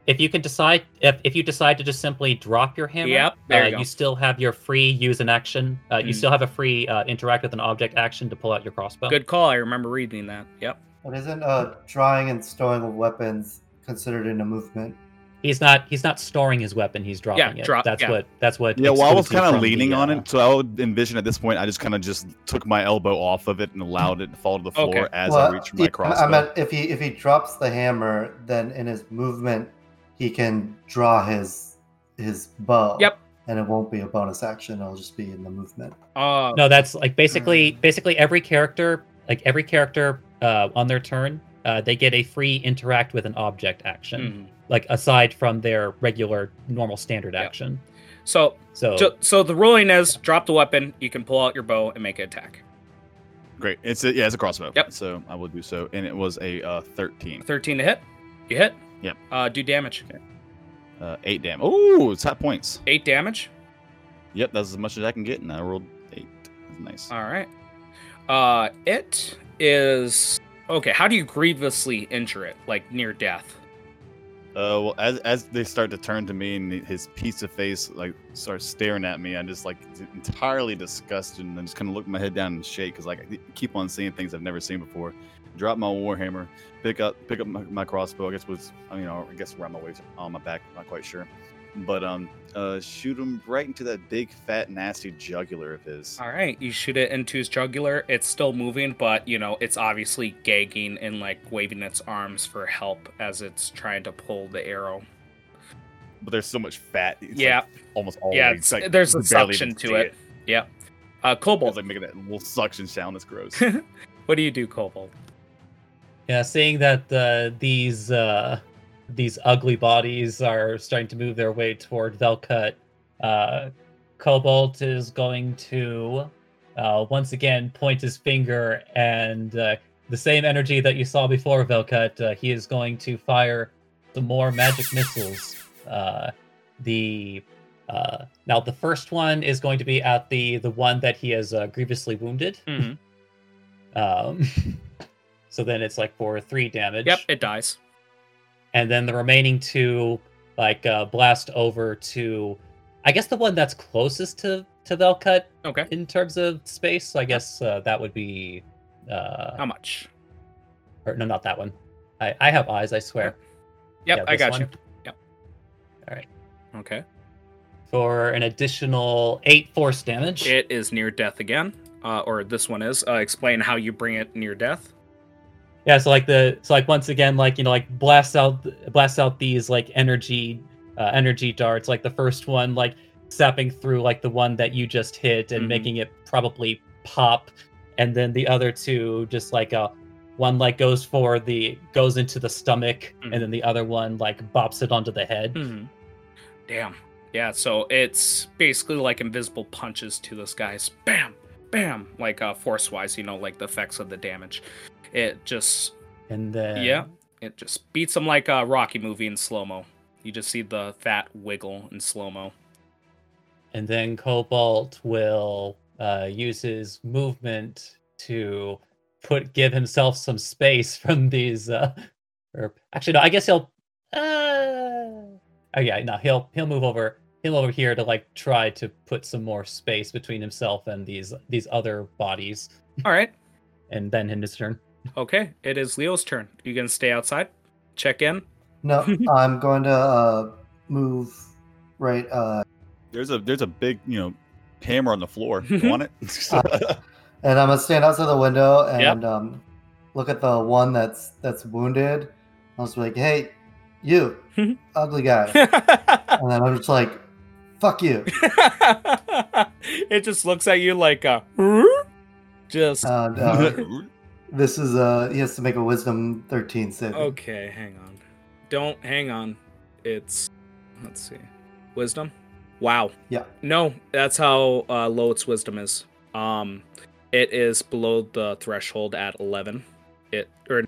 if you can decide, if, if you decide to just simply drop your hammer,
Yep, there
uh,
you go.
still have your free use an action. Uh, You
Mm.
still have a free uh, interact with an object action to pull out your crossbow.
Good call. I remember reading that. Yep.
And isn't uh, drawing and storing of weapons considered in a movement?
He's not. He's not storing his weapon. He's dropping it.
drop-
that's
yeah.
what. That's what.
Yeah, well, I was
excludes you
kind
from
of
the,
leaning on
uh,
it, so I would envision at this point I just kind of just took my elbow off of it and allowed it to fall to the floor
Okay.
as
Well,
I reached for
yeah,
my crossbow.
I meant if he if he drops the hammer, then in his movement he can draw his his bow.
Yep.
And it won't be a bonus action. It'll just be in the movement.
Uh,
No, that's like basically
Hmm.
basically every character, like every character uh, on their turn, uh, they get a free interact with an object action,
hmm.
like aside from their regular normal standard
Yeah.
action.
So,
So,
so, so the ruling is drop the weapon. You can pull out your bow and make an attack.
Great. It's a, yeah, it's a crossbow.
Yep.
So I will do so, and it was a uh, thirteen,
Thirteen to hit. You hit.
Yep.
Uh, do damage.
uh, eight damage. Oh, it's hot points.
Eight damage.
Yep, that's as much as I can get, and I rolled eight. Nice.
All right. Uh, it is okay. How do you grievously injure it, like near death?
Uh, well, as as they start to turn to me and his piece of face like starts staring at me, I'm just like d- entirely disgusted, and I just kind of look my head down and shake because like I keep on seeing things I've never seen before. Drop my warhammer, pick up pick up my, my crossbow. I guess was I mean I guess around my waist on my back, not quite sure, but um, uh, shoot him right into that big fat nasty jugular of his.
All right. You shoot it into his jugular. It's still moving, but you know it's obviously gagging and like waving its arms for help as it's trying to pull the arrow.
But there's so much fat. It's
yeah.
like almost always.
yeah. it's-
like,
there's
you
a
barely even
suction
see
to it. Yeah. Uh, Cobalt.
It's like making that little suction sound. That's gross.
[laughs] what do you do, Cobalt?
yeah, seeing that uh, these uh, these ugly bodies are starting to move their way toward Velcut. Uh, Cobalt is going to uh, once again point his finger, and uh, the same energy that you saw before Velcut, uh, he is going to fire some more magic missiles. Uh, the uh, now the first one is going to be at the the one that he has uh, grievously wounded.
Mhm.
Um, [laughs] so then it's like for three damage
Yep, it dies.
and then the remaining two like uh, blast over to i guess the one that's closest to to velcut
Okay.
in terms of space so i guess uh, that would be uh
How much?
or, no not that one i i have eyes i swear
Yep,
Yeah,
I
this
got
one.
you. Yep.
All right.
Okay.
for an additional eight force damage
It is near death again, uh, or this one is. Uh, explain how you bring it near death.
yeah so like the so like once again like you know like blast out blast out these like energy uh, energy darts like the first one like sapping through like the one that you just hit and
Mhm.
making it probably pop and then the other two just like uh one like goes for the goes into the stomach
Mhm.
and then the other one like bops it onto the head
Hmm. Damn. Yeah, so it's basically like invisible punches to this guy's bam, bam, like uh, force wise, you know, like the effects of the damage. It just
and then
Yeah. it just beats him like a Rocky movie in slow mo. You just see the fat wiggle in slow mo.
and then Cobalt will uh, use his movement to put give himself some space [laughs] from these. Uh, or actually, no, I guess he'll. Uh, oh yeah, no, he'll he'll move over. He'll over here to like try to put some more space between himself and these these other bodies,
All right.
and then in his turn.
Okay. It is Leo's turn. You gonna stay outside? Check in. [laughs]
No, I'm going to uh, move right. Uh,
There's a there's a big you know hammer on the floor.
[laughs]
You want it?
and I'm gonna stand outside the window and
Yep.
um, look at the one that's that's wounded. I'll just be like, "Hey,
[laughs]
you, ugly guy," and then I'm just like, "Fuck you."
it just looks at you like a "Huh?" [laughs] just
And,
[laughs]
uh, this is uh, he has to make a wisdom 13 save.
okay hang on don't hang on it's let's see wisdom wow
Yeah.
no that's how uh, low its wisdom is um it is below the threshold at 11 it or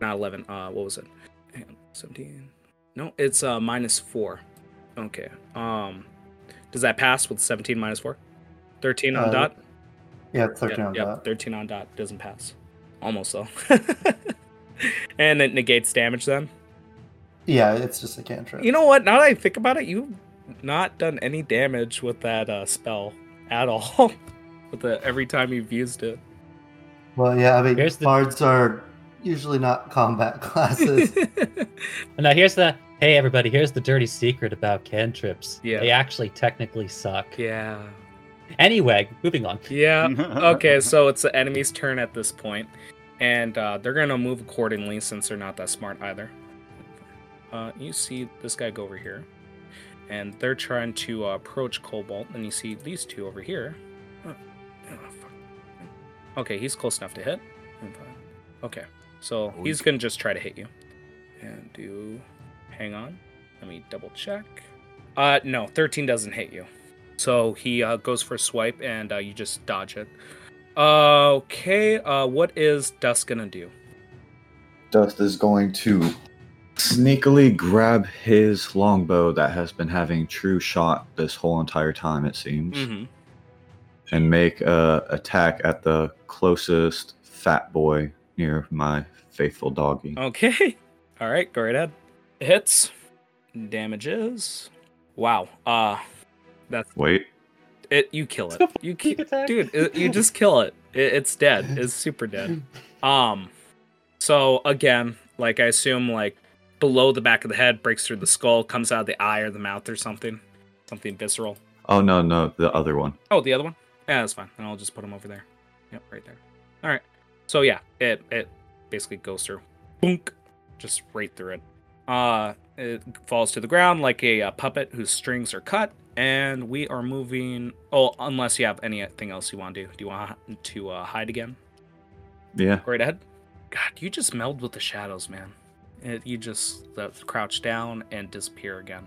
not 11 uh what was it hang on, 17 no it's uh minus 4 okay um does that pass with 17 minus 4 13 on
Uh,
dot
Yeah, 13
yeah,
on
yeah,
that.
13 on dot doesn't pass. Almost though. [laughs] and it negates damage then.
Yeah, it's just a cantrip.
You know what? Now that I think about it, you've not done any damage with that uh, spell at all. [laughs] with the every time you've used it.
well, yeah, I mean,
Here's the-
bards are usually not combat [laughs]
[laughs]
classes.
And now here's the hey everybody, here's the dirty secret about cantrips.
Yeah.
they actually technically suck.
yeah.
Anyway, moving on.
Yeah.
okay,
Uh, Okay, so it's the enemy's turn at this point, and uh, they're gonna move accordingly since they're not that smart either. Uh, you see this guy go over here, and they're trying to uh, approach Cobalt, and you see these two over here. Oh, oh, fuck. Okay, he's close enough to hit. I'm fine. Okay, so he's gonna just try to hit you, and do. Hang on, let me double check. Uh, no, 13 doesn't hit you. So he uh, goes for a swipe, and uh, you just dodge it. Okay, uh, what is Dust gonna do?
Dust is going to sneakily grab his longbow that has been having true shot this whole entire time, it seems,
Mm-hmm.
and make a attack at the closest fat boy near my faithful doggy.
Oh. Okay, [laughs] all right, go right ahead. Hits, damages. Wow, uh, that's
Wait,
it. You kill it. You ki-
Sneak attack.
dude, it, you
[laughs]
just kill it. it. It's dead. It's super dead. Um, so again, like I assume, like below the back of the head, breaks through the skull, comes out of the eye or the mouth or something, something visceral.
oh no, no, the other one.
Oh, the other one? Yeah, that's fine. And I'll just put them over there. Yep, right there. All right. So yeah, it it basically goes through, boonk, just right through it. Uh, it falls to the ground like a, uh puppet whose strings are cut, and we are moving. Oh, unless you have anything else you want to do. Do you want to uh, hide again?
Yeah,
Go right ahead. God, you just meld with the shadows, man. It, you just uh, crouch down and disappear again.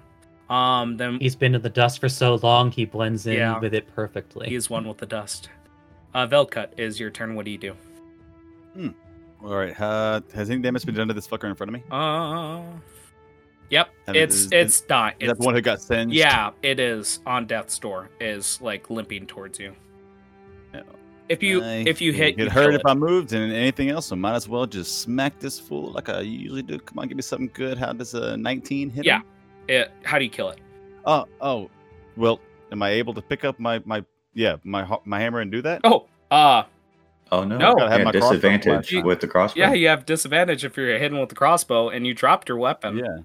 Um, then
He's been in the dust for so long, he blends in
Yeah.
with it perfectly.
he's one with the dust. Uh, Velcut is your turn. What do you do?
All right. Uh, has any damage been done to this fucker in front of me?
Uh, yep,
And
it's
is-
it's not.
Is that
It's,
the one who got singed?
yeah, it is on death's door. Is like limping towards you.
Yeah.
If you
Oh, I
if you hit,
It
you
hurt
kill
if I moved and anything else, so might as well just smack this fool like I usually do. Come on, give me something good. How does a 19 hit?
Yeah.
him?
it. How do you kill it?
Oh, oh. Well, am I able to pick up my my yeah my ho- my hammer and do that?
Oh, uh,
Oh no!
No.
Gotta have
and
my crossbow
disadvantage
flash.
with the crossbow.
yeah, you have disadvantage if you're hitting with the crossbow and you dropped your weapon.
Yeah.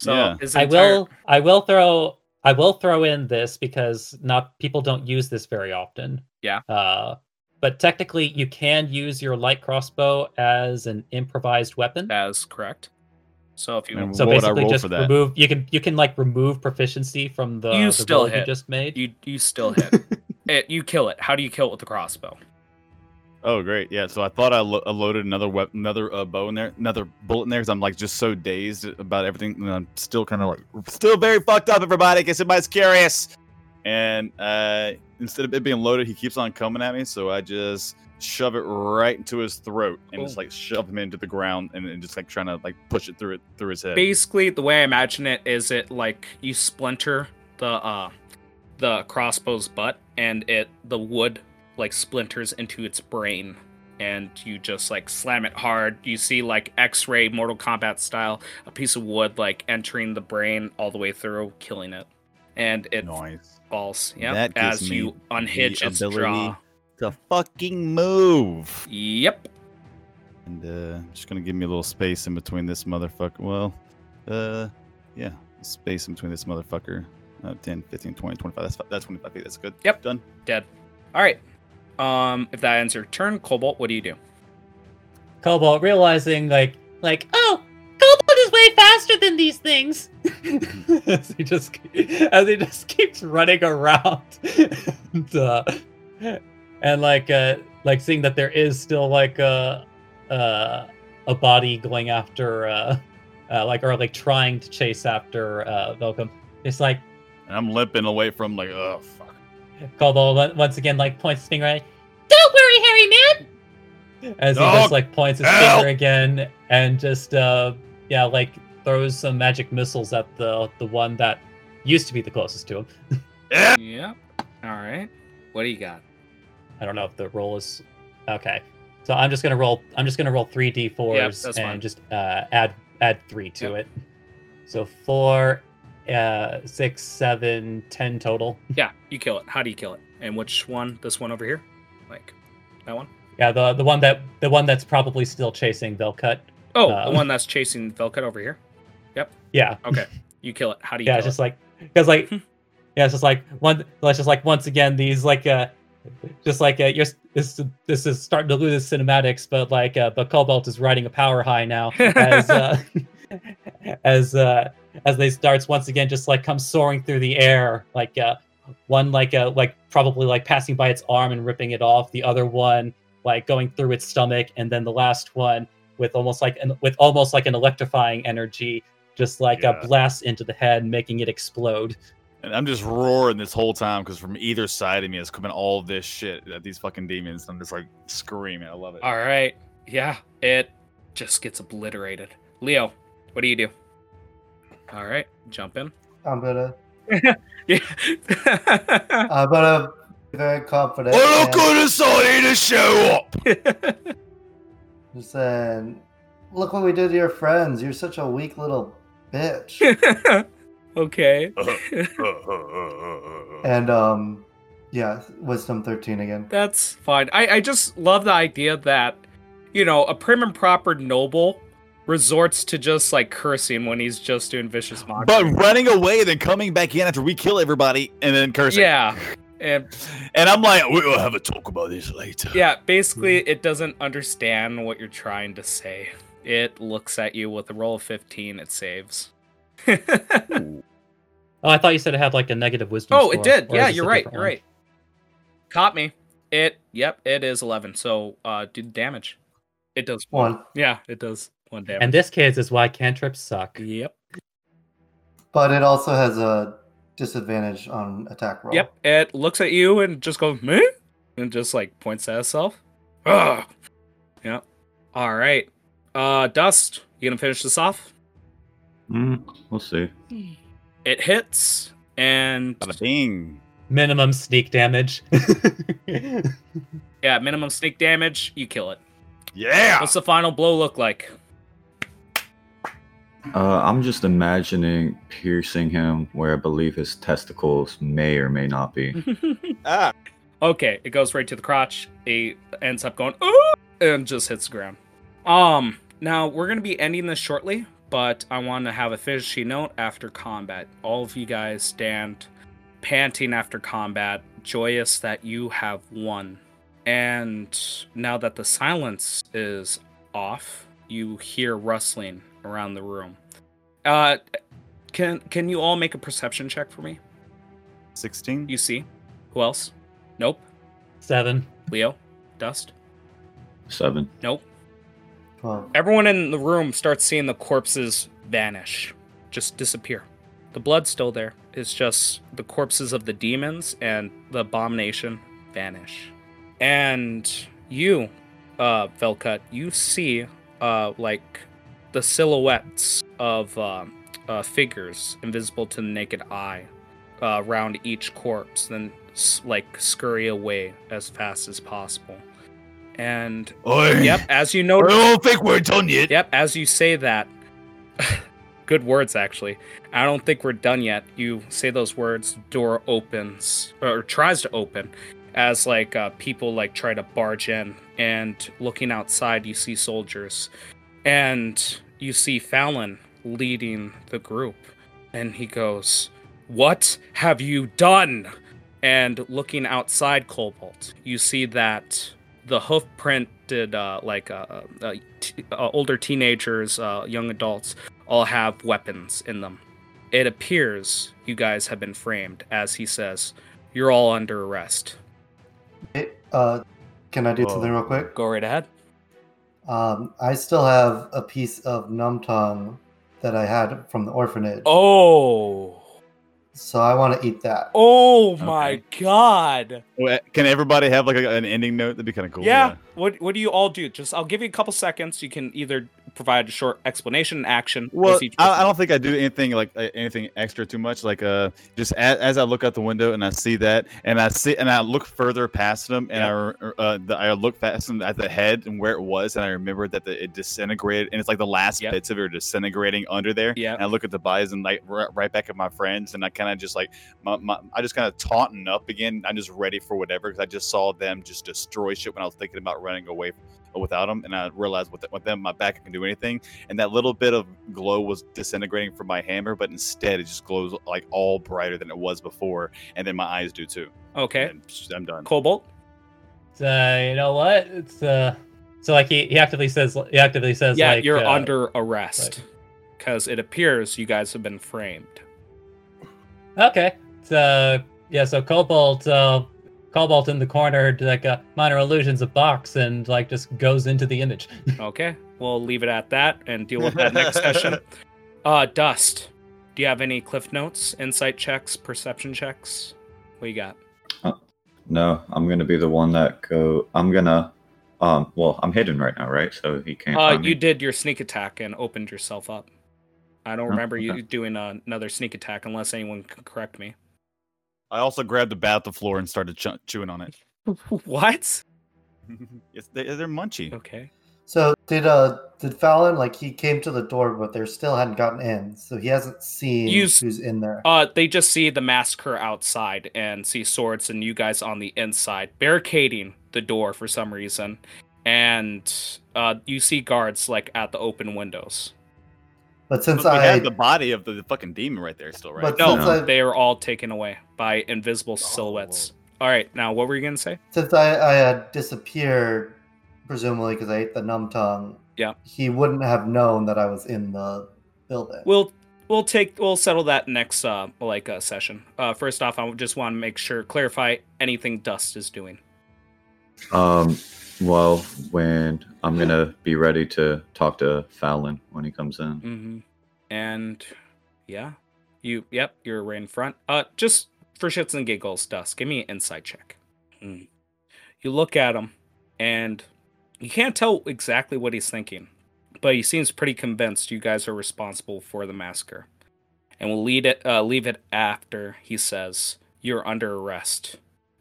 So
Yeah.
his
I
entire-
will I will throw I will throw in this because not people don't use this very often.
Yeah.
Uh but technically you can use your light crossbow as an improvised weapon.
That's correct. So if you
And
so
what would I
basically
roll
just
for that?
remove you can you can like remove proficiency from the,
You
the
still
roll you
hit.
just made.
you you still
[laughs]
hit it, you kill it. How do you kill it with the crossbow?
Oh, great. Yeah. So I thought I, lo- I loaded another weapon, another uh, bow in there, another bullet in there because I'm like just so dazed about everything. And I'm still kind of like, still very fucked up, everybody, in case anybody's curious. And uh, instead of it being loaded, he keeps on coming at me. So I just shove it right into his throat and just
Cool.
like shove him into the ground and, and just like trying to like push it through it through his head.
Basically, the way I imagine it is it like you splinter the uh the crossbow's butt and it the wood like splinters into its brain and you just like slam it hard. You see like X-ray Mortal Kombat style, a piece of wood like entering the brain all the way through, killing it. And it
Nice.
falls. Yep.
That
As
gives me
you unhitch
the
its
ability
jaw.
To fucking move.
Yep.
And uh, just gonna give me a little space in between this motherfucker. Well, uh, yeah, space in between this motherfucker. Uh, 10, 15, 20, 25. That's, fi- that's 25 feet. That's good.
Yep.
Done.
dead. All right. Um, if that ends your turn, Cobalt, what do you do?
Cobalt realizing like like oh Cobalt is way faster than these things. as he just as he just keeps running around and, uh, and like uh like seeing that there is still like a uh, a body going after uh, uh like or like trying to chase after uh Velcum. It's like
And I'm limping away from like, oh fuck.
Cobalt on- once again like points his finger at Don't worry, Harry man! As he
Dog,
just like points his
help!
finger again and just uh yeah, like throws some magic missiles at the the one that used to be the closest to him.
Ah!
Yep. All right. What do you got?
I don't know if the roll is okay. So I'm just gonna roll I'm just gonna roll three D fours
that's
and
fine.
just uh add add three to it. So four uh six, seven, ten total.
Yeah, you kill it. How do you kill it? And which one? This one over here? Like that one?
Yeah, the the one that the one that's probably still chasing Velcut.
Oh,
Uh,
the one that's chasing Velcut over here.
Yeah.
You kill it. How do you
yeah,
kill
it's just
it?
like because like
Hmm.
yeah, it's just like one. Let's just like once again these like uh, just like uh, you're s- this this is starting to lose its cinematics, but like uh, but Cobalt is riding a power high now as uh, [laughs] as uh, as they starts once again just like comes soaring through the air like uh, one like uh like probably like passing by its arm and ripping it off, the other one like going through its stomach, and then the last one with almost like an with almost like an electrifying energy just like
Yeah.
a blast into the head, making it explode.
And I'm just roaring this whole time because from either side of me is coming all this shit at these fucking demons. I'm just like screaming. I love it.
All right. Yeah, it just gets obliterated. Leo, what do you do? All right, jump in. [laughs]
I'm gonna,
Yeah.
I'm gonna be very confident. and
decide to show up.
Just saying, look what we did to your friends. You're such a weak little
[laughs]
bitch.
okay.
and um, yeah, wisdom thirteen again.
That's fine. I, I just love the idea that, you know, a prim and proper noble resorts to just like cursing when he's just doing vicious mockery.
But running away, then coming back in after we kill everybody, and then cursing.
yeah. And
And I'm like, we will have a talk about this later.
yeah, basically it doesn't understand what you're trying to say. It looks at you with a roll of 15, it saves. [laughs]
Oh, I thought you said it had like a negative wisdom.
oh, it
score,
did.
or is
Yeah,
this a
you're right.
different
You're
one?
right. Caught me. It yep, it is 11. So, uh do the damage. It does
One.
Yeah, it does. One damage.
And this, kids, is why cantrips suck.
Yep.
But it also has a disadvantage on attack roll.
Yep. It looks at you and just goes meh, and just like points at itself. Ugh. Yep. All right. Uh, dust. You gonna finish this off?
Mm, we'll see.
It hits and
Bada bing.
Minimum sneak damage. [laughs]
yeah, minimum sneak damage. You kill it.
Yeah.
What's the final blow look like?
Uh, I'm just imagining piercing him where I believe his testicles may or may not
Mm.
be.
Ah.
Okay, it goes right to the crotch. It ends up going "Ooh," and just hits the ground. Um, now we're gonna be ending this shortly, but I want to have a finishing note after combat. All of you guys stand panting after combat, joyous that you have won. And now that the silence is off, you hear rustling around the room. Uh, can can you all make a perception check for me?
Sixteen.
You see? Who else? Nope.
Seven.
Leo, Dust.
Seven.
Nope.
12.
Everyone in the room starts seeing the corpses vanish, just disappear. The blood's still there. It's just the corpses of the demons and the abomination vanish. And you, uh, Velcut, you see, uh, like the silhouettes of uh, uh, figures invisible to the naked eye uh, around each corpse, then s- like scurry away as fast as possible. And
Oi.
yep, as you notice,
Oh, fake words on it.
Yep, as you say that, [laughs] good words actually. I don't think we're done yet. You say those words, door opens or tries to open as like uh, people like try to barge in and looking outside you see soldiers and you see Fallon leading the group and he goes, "What have you done?" And looking outside Cobalt, you see that the hoof printed uh, like uh, uh, t- uh, older teenagers, uh, young adults all have weapons in them. It appears you guys have been framed, as he says, "You're all under arrest."
It- uh, can I do
Whoa.
something real quick?
Go right ahead.
Um, I still have a piece of numb tongue that I had from the orphanage.
Oh,
So I want to eat that.
oh
my
God!
Wait, Can everybody have like a, an ending note? That'd be kind of cool.
yeah. What What do you all do? Just I'll give you a couple seconds. You can either provide a short explanation and action.
Well,
as each
I, I
person-
don't think I do anything like uh, anything extra too much. Like, uh, just as, as I look out the window and I see that, and I see, and I look further past them, and I re- uh, the, I look past them at the head and where it was, and I remember that the, it disintegrated, and it's like the last
Yep.
bits of it are disintegrating under there.
Yep.
And I look at the bodies and like right, right back at my friends, and I kind of just like my, my I just kind of taunting up again. I'm just ready for whatever because I just saw them just destroy shit when I was thinking about running away without them, and I realized with, with them my back I can do anything and that little bit of glow was disintegrating from my hammer, but instead it just glows like all brighter than it was before, and then my eyes do too.
Okay.
And psh, I'm done.
Cobalt.
So you know what? It's uh. So like he, he actively says he actively says
yeah,
like
you're
uh,
under arrest because it appears you guys have been framed.
Okay. So yeah, so Cobalt, uh, Cobalt in the corner, like uh, minor illusions a box, and like just goes into the image. [laughs]
Okay, we'll leave it at that and deal with that next session. Uh, Dust. Do you have any cliff notes, insight checks, perception checks? What you got?
No, I'm gonna be the one that go. I'm gonna. Um. Well, I'm hidden right now, right? So he can't.
Uh,
find me.
you did your sneak attack and opened yourself up. I don't
Oh,
remember you
okay.
doing another sneak attack unless anyone can correct me. [laughs]
I also grabbed the bat off the floor and started ch- chewing on it.
What?
it's, they, they're munchy.
Okay.
So did uh did Fallon like he came to the door, but they still hadn't gotten in, so he hasn't seen
You s-
who's in there.
Uh, they just see the massacre outside and see swords and you guys on the inside barricading the door for some reason, and uh, you see guards like at the open windows.
but
But
since
we
I
have the body of the, the fucking demon right there still, right?
But
No,
Since I-
they are all taken away by invisible silhouettes. All right, now what were you gonna say?
since I, I had disappeared, presumably because I ate the numb tongue.
Yeah.
He wouldn't have known that I was in the building.
We'll we'll take we'll settle that next uh like uh, session. Uh, first off, I just want to make sure clarify anything Dust is doing.
Um, Well, when I'm gonna be ready to talk to Fallon when he comes in.
Mm-hmm. And yeah, you. Yep, you're right in front. Uh, just for shits and giggles, Dust, give me an insight check. Mm. You look at him, and you can't tell exactly what he's thinking, but he seems pretty convinced you guys are responsible for the massacre. And we'll lead it. Uh, leave it after he says you're under arrest.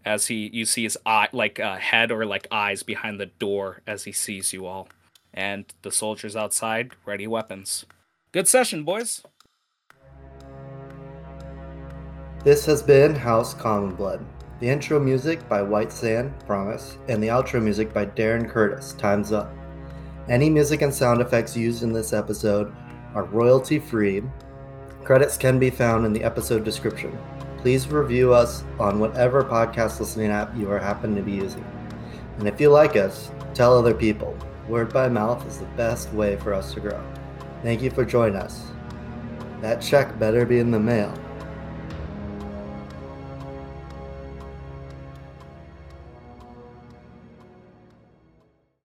As he, you see his eye, like uh, head or like eyes behind the door as he sees you all, and the soldiers outside ready weapons. Good session, boys.
This has been House Common Blood. The intro music by White Sand, Promise, and the outro music by Darren Curtis, Time's Up. Any music and sound effects used in this episode are royalty free. Credits can be found in the episode description. Please review us on whatever podcast listening app you are happen to be using. And if you like us, tell other people. Word by mouth is the best way for us to grow. Thank you for joining us. That check better be in the mail.